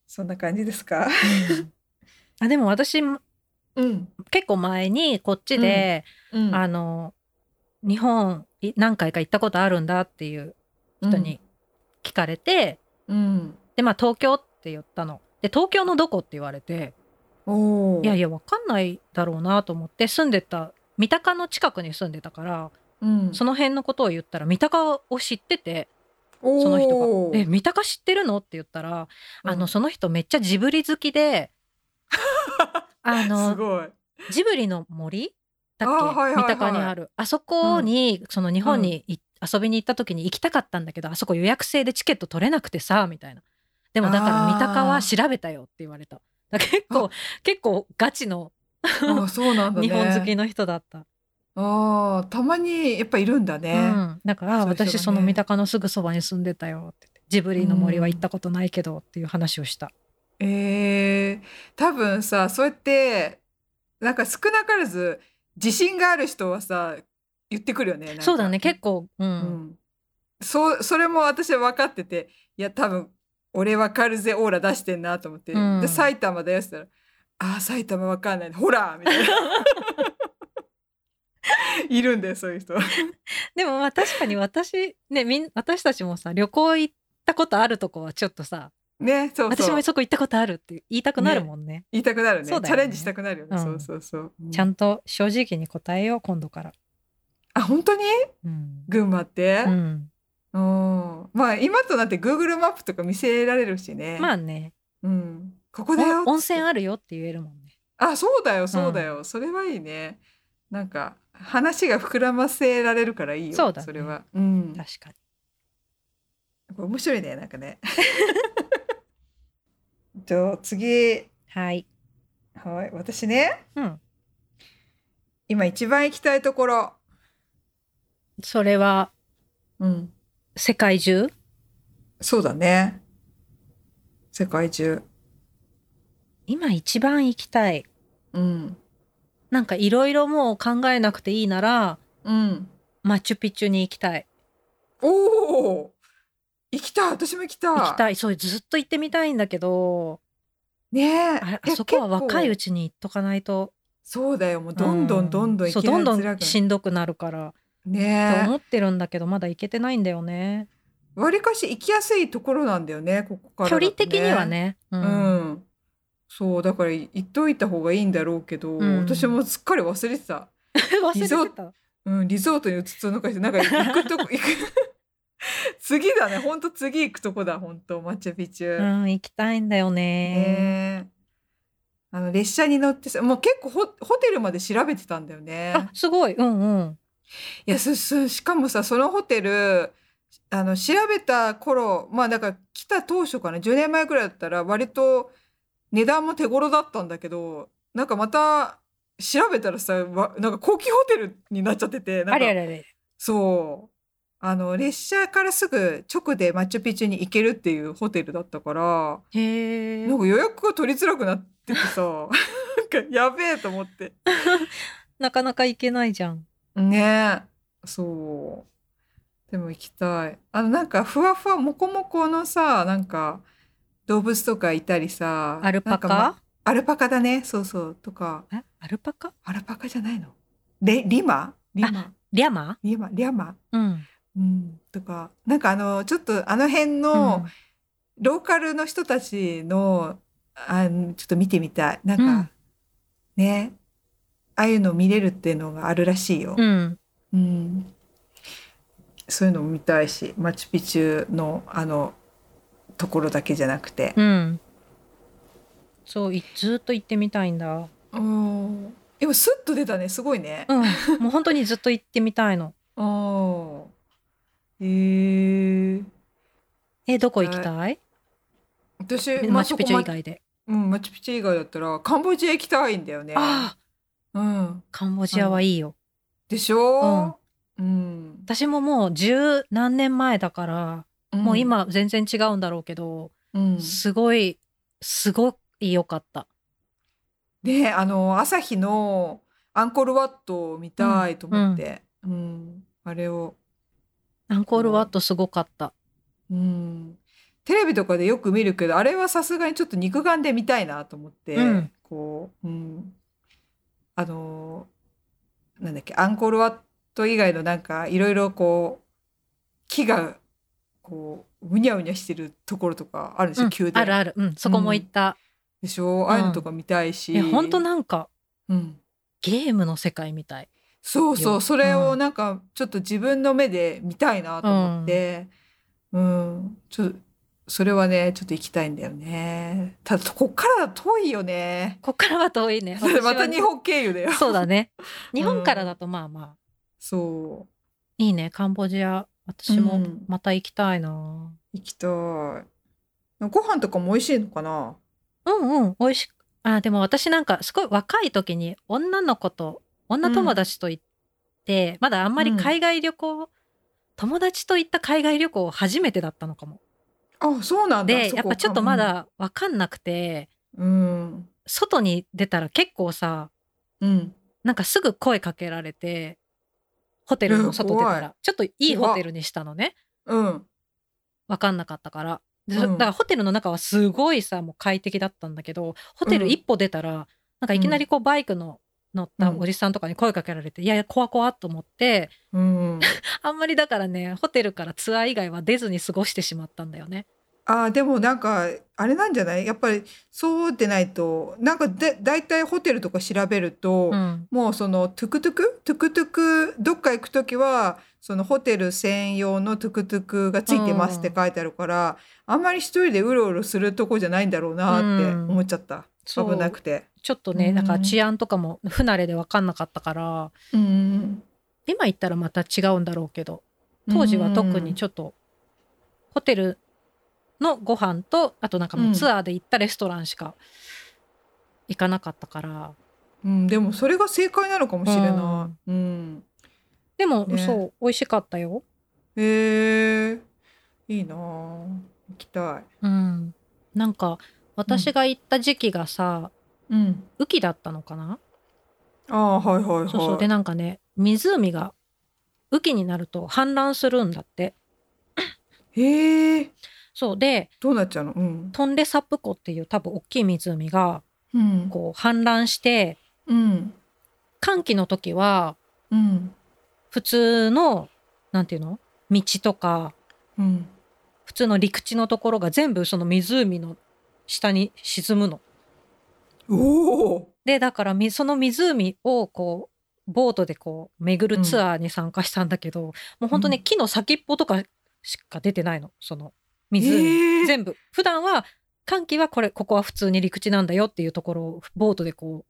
Speaker 1: そんな感じですか
Speaker 2: うんあでも私
Speaker 1: うん、
Speaker 2: 結構前にこっちで、
Speaker 1: うん、
Speaker 2: あの日本い何回か行ったことあるんだっていう人に聞かれて、
Speaker 1: うん、
Speaker 2: でまあ東京って言ったの。で東京のどこって言われて
Speaker 1: おお
Speaker 2: いやい
Speaker 1: や、
Speaker 2: やわかんないだろうなと思って住んでた三鷹の近くに住んでたから
Speaker 1: うん、
Speaker 2: その辺のことを言ったら三鷹を知ってて
Speaker 1: おー
Speaker 2: その人が「え三鷹知ってるの?」って言ったらあ
Speaker 1: う
Speaker 2: の
Speaker 1: ん
Speaker 2: その人めっちゃジブリ好き であ
Speaker 1: す
Speaker 2: の
Speaker 1: ごい
Speaker 2: ジブリの森だっけ、
Speaker 1: あーはいはいはい
Speaker 2: 三鷹にあるあそこに、その日本にい、遊びに行った時に行きたかったんだけどあそこ予約制でチケット取れなくてさみたいなでもだから
Speaker 1: あー
Speaker 2: 三鷹は調べたよって言われただから結構結構ガチの
Speaker 1: ああそうなんだね
Speaker 2: 日本好きの人だった、
Speaker 1: ああたまにやっぱいるんだ
Speaker 2: う
Speaker 1: ね、
Speaker 2: ん、だから、
Speaker 1: そういう人がね
Speaker 2: 私その三鷹のすぐそばに住んでたよって言ってジブリの森は行ったことないけどっていう話をした、
Speaker 1: えー、多分さそうやってなんか少なからず自信がある人はさ言ってくるよねなんか
Speaker 2: そうだね結構
Speaker 1: う
Speaker 2: うん
Speaker 1: ん、そうそれも私は分かってていや多分俺分かるぜオーラ出してんなと思って、
Speaker 2: うん
Speaker 1: で埼玉だよって言ったら「あー埼玉分かんないほら!」みたいな いるんだよそういう人。
Speaker 2: でもまあ確かに私ねみん私たちもさ旅行行ったことあるとこはちょっとさ
Speaker 1: ねそうそう
Speaker 2: 私もそこ行ったことあるって言いたくなるもんね
Speaker 1: 言いたくなるね
Speaker 2: そうだ
Speaker 1: チ
Speaker 2: よね
Speaker 1: ャレンジしたくなるよね、
Speaker 2: うん
Speaker 1: そうそうそう。う
Speaker 2: ちゃんと正直に答えよう今度から
Speaker 1: あ本当に
Speaker 2: うん、
Speaker 1: 群馬って、
Speaker 2: う
Speaker 1: うん
Speaker 2: ん、
Speaker 1: まあ今となって Google マップとか見せられるしね、
Speaker 2: まあね
Speaker 1: うん、ここだよっつっ
Speaker 2: お
Speaker 1: て
Speaker 2: 温泉あるよって言えるもんね
Speaker 1: あそうだよそうだよ、それはいいねなんか話が膨らませられるからいいよ
Speaker 2: そうだね
Speaker 1: れはうん
Speaker 2: 確かに
Speaker 1: 面白いねなんか ねじゃあ次
Speaker 2: はい
Speaker 1: はい私ね
Speaker 2: うん
Speaker 1: 今一番行きたいところ
Speaker 2: それは
Speaker 1: うん
Speaker 2: 世界中
Speaker 1: そうだね世界中
Speaker 2: 今一番行きたい
Speaker 1: うん
Speaker 2: なんかいろいろもう考えなくていいなら
Speaker 1: うん
Speaker 2: マチュピチュに行きたい
Speaker 1: おお行きたい私も行きたい
Speaker 2: 行きたいそうずっと行ってみたいんだけど
Speaker 1: ねえ
Speaker 2: あれ
Speaker 1: え
Speaker 2: あそこは若
Speaker 1: 結
Speaker 2: いう
Speaker 1: 構
Speaker 2: ちに行っとかないと
Speaker 1: そうだよもうどんどんどんどん
Speaker 2: そ
Speaker 1: 行け
Speaker 2: う
Speaker 1: な
Speaker 2: ど
Speaker 1: い
Speaker 2: んど
Speaker 1: 辛
Speaker 2: ん
Speaker 1: くな
Speaker 2: し
Speaker 1: い
Speaker 2: んどくなるから
Speaker 1: ね
Speaker 2: と
Speaker 1: え
Speaker 2: 思ってるんだけどまだ行けてないんだよね
Speaker 1: わりかし行きやすいところなんだよね、ここからだ
Speaker 2: 距
Speaker 1: と
Speaker 2: 離的には。ね、う
Speaker 1: うん ん。そう、だから行っといた方がいいんだろうけど、
Speaker 2: うん
Speaker 1: 私もすっかり忘れてた。
Speaker 2: 忘れてた
Speaker 1: うん、リゾートにうつつ抜かして、なんか行くとこ、行く。 次だね、本当次行くとこだ、本当マチュピチュ。
Speaker 2: うん行きたいんだよね
Speaker 1: ねえあの列車に乗ってさ、もう結構ホホテルまで調べてたんだよね。
Speaker 2: あすごいうんうん
Speaker 1: いやすすしかもさそのホテルあの調べた頃まあだから来た当初かな10年前くらいだったら割と値段も手頃だったんだけどなんかまた調べたらさわなんか高級ホテルになっちゃっててなんか
Speaker 2: あれあれあれ
Speaker 1: そうあの列車からすぐ直でマチュピチュに行けるっていうホテルだったから
Speaker 2: へえ
Speaker 1: なんか予約が取りづらくなっててさ なんかやべえと思って。
Speaker 2: なかなか行けないじゃん
Speaker 1: ねそうでも行きたいあのなんかふわふわもこもこのさなんか動物とかいたりさ
Speaker 2: アルパカ、
Speaker 1: なんかまアルパカだねそうそうとか
Speaker 2: えアルパカ
Speaker 1: アルパカじゃないのレリマリマ
Speaker 2: リャマ
Speaker 1: リマリャマ
Speaker 2: うん、
Speaker 1: うんとかなんかあのちょっとあの辺
Speaker 2: う
Speaker 1: の
Speaker 2: ん、
Speaker 1: ローカルの人たちの、あんちょっと見てみたいなんか、
Speaker 2: うん
Speaker 1: ねああいうの見れるっていうのがあるらしいよ。
Speaker 2: うん、
Speaker 1: うん、そういうのも見たいしマチュピチュのあのところだけじゃなくて、
Speaker 2: うん。そう、いずーっと行ってみたいんだ。
Speaker 1: うん、でもスッと出たねすごいね
Speaker 2: う、ん、もう本当にずっと行ってみたいの。
Speaker 1: うん、えー、
Speaker 2: え、どこ行きたい？
Speaker 1: 私、まあ
Speaker 2: マチュピチュ以外で。
Speaker 1: そこマうん、マチュピチュ以外だったらカンボジア行きたいんだよね、
Speaker 2: ああ、
Speaker 1: うん、
Speaker 2: カンボジアはいいよ。
Speaker 1: でしょ、うん
Speaker 2: 私ももう十何年前だから、
Speaker 1: うん、
Speaker 2: もう、今全然違うんだろうけど、
Speaker 1: うん、
Speaker 2: すごいすごい良かった。
Speaker 1: ねあの朝日のアンコールワットを見たいと思って、うんあれを。
Speaker 2: アンコールワットすごかった。
Speaker 1: うん、テレビとかでよく見るけどあれはさすがにちょっと肉眼で見たいなと思って、
Speaker 2: うん
Speaker 1: こう、うん、あのーなんだっけアンコールワット以外のなんかいろいろこう木がこううにゃうにゃしてるところとかあるんです
Speaker 2: う
Speaker 1: よ、
Speaker 2: ん
Speaker 1: 宮、殿
Speaker 2: あるある、うん、そこも行った。
Speaker 1: でしょああいうのとか見たいし、
Speaker 2: え、本当なんか
Speaker 1: うん、
Speaker 2: ゲームの世界みたい。
Speaker 1: そうそ
Speaker 2: よ
Speaker 1: うそれ
Speaker 2: う
Speaker 1: を
Speaker 2: ん
Speaker 1: なんかちょっと自分の目で見たいなと思って、うんちょっとそれはねちょっと行きたいんだよねただこっからだと遠いよね
Speaker 2: こっからは遠いね。
Speaker 1: それ ま
Speaker 2: 私は
Speaker 1: た日本経由だよ
Speaker 2: そう だね。
Speaker 1: ん
Speaker 2: 日本からだとまあまあ、
Speaker 1: そう
Speaker 2: いいねカンボジア私
Speaker 1: う
Speaker 2: も
Speaker 1: ん
Speaker 2: また行きたいな、
Speaker 1: 行きたいご飯とかも美味しいのかな
Speaker 2: うんうん美味しくあでも私なんかすごい若い時に女の子と女友達と行って、まだあんまり海外旅行、友達と行った海外旅行初めてだったのかも。
Speaker 1: あそうなんだ
Speaker 2: で
Speaker 1: そこ
Speaker 2: やっぱちょっとまだ分かんなくて
Speaker 1: うん
Speaker 2: 外に出たら結構さ
Speaker 1: うん
Speaker 2: なんかすぐ声かけられてホテルの外出た
Speaker 1: うん怖
Speaker 2: らちょっといいホテルにしたのね。
Speaker 1: うん
Speaker 2: 分かんなかったから。で
Speaker 1: うん
Speaker 2: だからホテルの中はすごいさもう快適だったんだけどホテル
Speaker 1: うん
Speaker 2: 一歩出たら、なんかいきなりこうバイクの乗った
Speaker 1: うん
Speaker 2: おじさんとかに声かけられて、いやいや怖怖と思って
Speaker 1: うん
Speaker 2: あんまりだからねホテルからツアー以外は出ずに過ごしてしまったんだよね。
Speaker 1: あーでもなんかあれなんじゃないやっぱりそうでないとなんかで大体ホテルとか調べると、
Speaker 2: うん、
Speaker 1: もうそのトゥクトゥクトゥクトゥクどっか行く時はそのホテル専用のトゥクトゥクがついてますって書いてあるから、あんまり一人でうろうろするとこじゃないんだろうなって
Speaker 2: うん
Speaker 1: 思っちゃった、
Speaker 2: そう
Speaker 1: 危なくて。
Speaker 2: ちょっとね
Speaker 1: うん
Speaker 2: なんか治安とかも不慣れで分かんなかったから
Speaker 1: うん
Speaker 2: 今行ったらまた違うんだろうけど当時は特にちょっとホテルのご飯とあとなんかもうツアーで行ったレストランしか行かなかったから。
Speaker 1: うん、でもそれが正解なのかもしれない。うん
Speaker 2: でも、
Speaker 1: ね
Speaker 2: そう美味しかったよ。
Speaker 1: へえいいなあ行きたい。
Speaker 2: うん、なんか私が行った時期がさ、
Speaker 1: うん、
Speaker 2: 雨季だったのかな、
Speaker 1: ああはいはいはい。
Speaker 2: そうそうでなんかね湖が雨季になると氾濫するんだって。
Speaker 1: へえ
Speaker 2: そうで
Speaker 1: どうなっちゃうのうん。
Speaker 2: トンレサプ湖っていう多分大きい湖が
Speaker 1: うん
Speaker 2: こう氾濫して
Speaker 1: うん。
Speaker 2: 寒気の時は
Speaker 1: うん。
Speaker 2: 普通のなんていうの道とか
Speaker 1: うん。
Speaker 2: 普通の陸地のところが全部その湖の下に沈むの。
Speaker 1: おお
Speaker 2: でだからみその湖をこうボートでこう巡るツアーに参加したんだけど、もう本当ね、
Speaker 1: うん
Speaker 2: 木の先っぽとかしか出てないのその
Speaker 1: え
Speaker 2: 湖、
Speaker 1: ー
Speaker 2: 全部普段は寒気はこれここは普通に陸地なんだよっていうところをボートでこ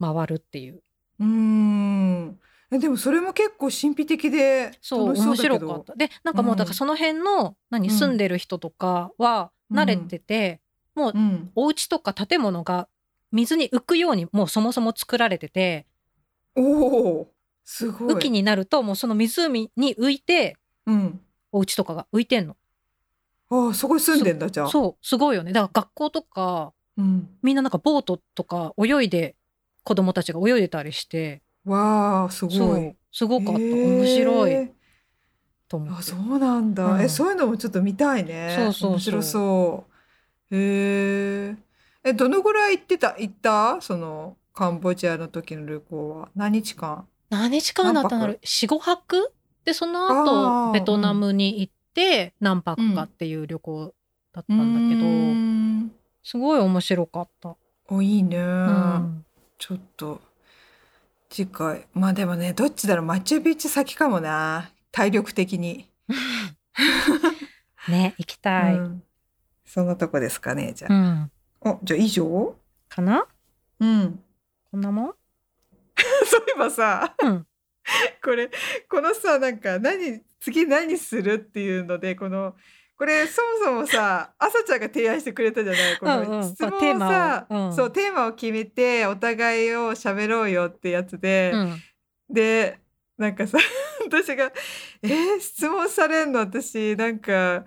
Speaker 2: う回るっていう
Speaker 1: うーんえでもそれも結構神秘的で
Speaker 2: そう
Speaker 1: 楽しそ
Speaker 2: 面
Speaker 1: うだけ
Speaker 2: 白かっ
Speaker 1: ど
Speaker 2: たでなんかもう
Speaker 1: うん
Speaker 2: だからその辺の、何
Speaker 1: うん
Speaker 2: 住んでる人とかは慣れてて、もう
Speaker 1: うん
Speaker 2: お家とか建物が水に浮くようにもうそもそも作られてて
Speaker 1: おおすごい
Speaker 2: 雨季になるともうその湖に浮いて
Speaker 1: うん
Speaker 2: お家とかが浮いてんの
Speaker 1: ああそこに住んでんだじゃあ
Speaker 2: そうすごいよねだから学校とか
Speaker 1: うん
Speaker 2: みんななんかボートとか泳いで子供たちが泳いでたりして
Speaker 1: わあすごい
Speaker 2: そうすごかった
Speaker 1: へー
Speaker 2: 面白いと思
Speaker 1: あ
Speaker 2: って
Speaker 1: そうなんだ、
Speaker 2: うん
Speaker 1: えそういうのもちょっと見たいね
Speaker 2: そうそうそう
Speaker 1: 面白そうへええどのぐらい行ってた行ったそのカンボジアの時の旅行は何日間
Speaker 2: 何日間だったんだろう45泊でその後
Speaker 1: あー
Speaker 2: ベトナムに行って何泊かっていう旅行だったんだけど、
Speaker 1: うーん
Speaker 2: すごい面白かった。
Speaker 1: おいいね、
Speaker 2: うん
Speaker 1: ちょっと次回まあでもねどっちだろうマチュピチュ先かもな体力的に、
Speaker 2: ね行きたい、
Speaker 1: う
Speaker 2: うん
Speaker 1: んそんなとこですかねじゃあ、おじゃあ以上
Speaker 2: かな
Speaker 1: うん
Speaker 2: こんなもん、
Speaker 1: そういえばさ
Speaker 2: うん、
Speaker 1: これこのさなんか何次何するっていうのでこのこれそもそもさ朝ちゃんが提案してくれたじゃないこ
Speaker 2: うんう
Speaker 1: の
Speaker 2: ん
Speaker 1: 質問をさ、
Speaker 2: あテーマをうん
Speaker 1: そうテーマを決めてお互いを喋ろうよってやつで、
Speaker 2: うん、
Speaker 1: でなんかさ 私が「えー質問されんの私なんか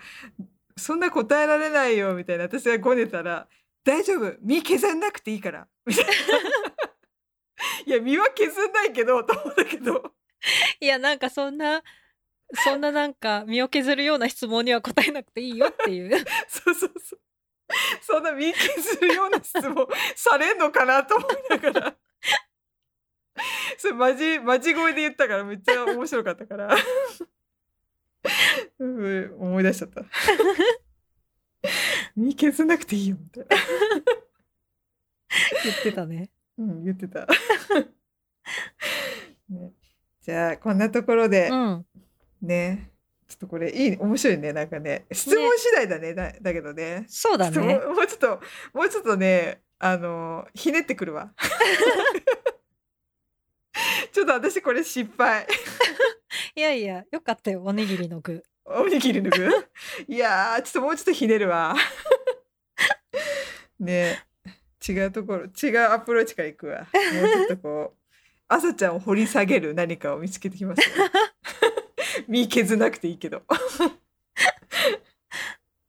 Speaker 1: そんな答えられないよ」みたいな私がごねたら「大丈夫身削んなくていいから」みたいな。 いや身は削んないけどと思うんだけど
Speaker 2: いやなんかそんなそんななんか身を削るような質問には答えなくていいよって いう
Speaker 1: そうそうそうそんな身削るような質問されんのかなと思いながらそれマジマジ声で言ったからめっちゃ面白かったからうん思い出しちゃった身削んなくていいよみたいな、
Speaker 2: 言ってたね。
Speaker 1: うん、言ってた、ね、じゃあこんなところで
Speaker 2: うん、
Speaker 1: ねちょっとこれいい面白いねなんかね質問次第だねだだけどね
Speaker 2: そうだ
Speaker 1: ちょっ
Speaker 2: ね。
Speaker 1: ともうもうちょっともうちょっとねあのひねってくるわ ちょっと私これ失敗
Speaker 2: いやいやよかったよおにぎりの具。
Speaker 1: おにぎりの具いやーちょっともうちょっとひねるわ ね違うところ違うアプローチからいくわもうちょっとこう朝ちゃんを掘り下げる何かを見つけてきますよ 身削らなくていいけど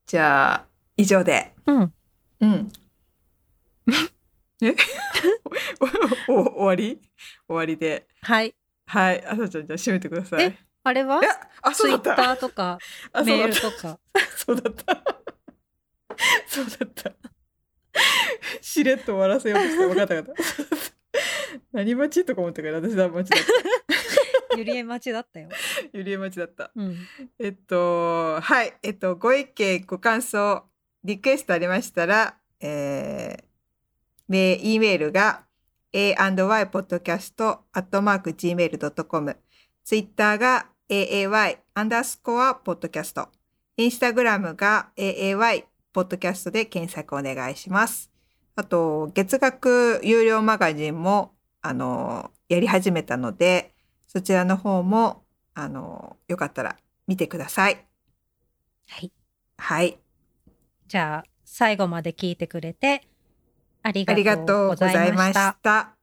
Speaker 1: じゃあ以上で
Speaker 2: うん、
Speaker 1: うん。え おお終わり終わりで。
Speaker 2: はい
Speaker 1: はい、あさちゃん、じゃあ閉めてください。
Speaker 2: えあれは
Speaker 1: えあ、
Speaker 2: ツ
Speaker 1: そ
Speaker 2: イ
Speaker 1: うだ
Speaker 2: ッ
Speaker 1: った。
Speaker 2: ターとか
Speaker 1: あ、そう
Speaker 2: メ
Speaker 1: だ
Speaker 2: ー
Speaker 1: っ
Speaker 2: ル
Speaker 1: た。
Speaker 2: とか。
Speaker 1: そうだった。 そうだった。しれっと終わらせようとして、わかったわかった。 何待ちとか思った から、私は待ちだっ
Speaker 2: ゆりえ待ちだったよ。
Speaker 1: た。ゆりえ待ちだった。
Speaker 2: うん、
Speaker 1: えっと、はい、えっと、ご意見、ご感想、リクエストありましたら、えー、メ E メールが a&ypodcast.gmail.com、ツイッターが aay アンダースコアポッドキャスト、インスタグラムが aay ポッドキャストで検索お願いします。あと、月額有料マガジンも、あの、やり始めたので、そちらの方も、あの、よかったら見てください。
Speaker 2: はい。
Speaker 1: はい。
Speaker 2: じゃあ最後まで聞いてくれてあり
Speaker 1: あり
Speaker 2: が
Speaker 1: が
Speaker 2: と
Speaker 1: と
Speaker 2: う
Speaker 1: う
Speaker 2: ご
Speaker 1: ご
Speaker 2: ざ
Speaker 1: ざ
Speaker 2: い
Speaker 1: い
Speaker 2: ま
Speaker 1: ま
Speaker 2: した
Speaker 1: し。た。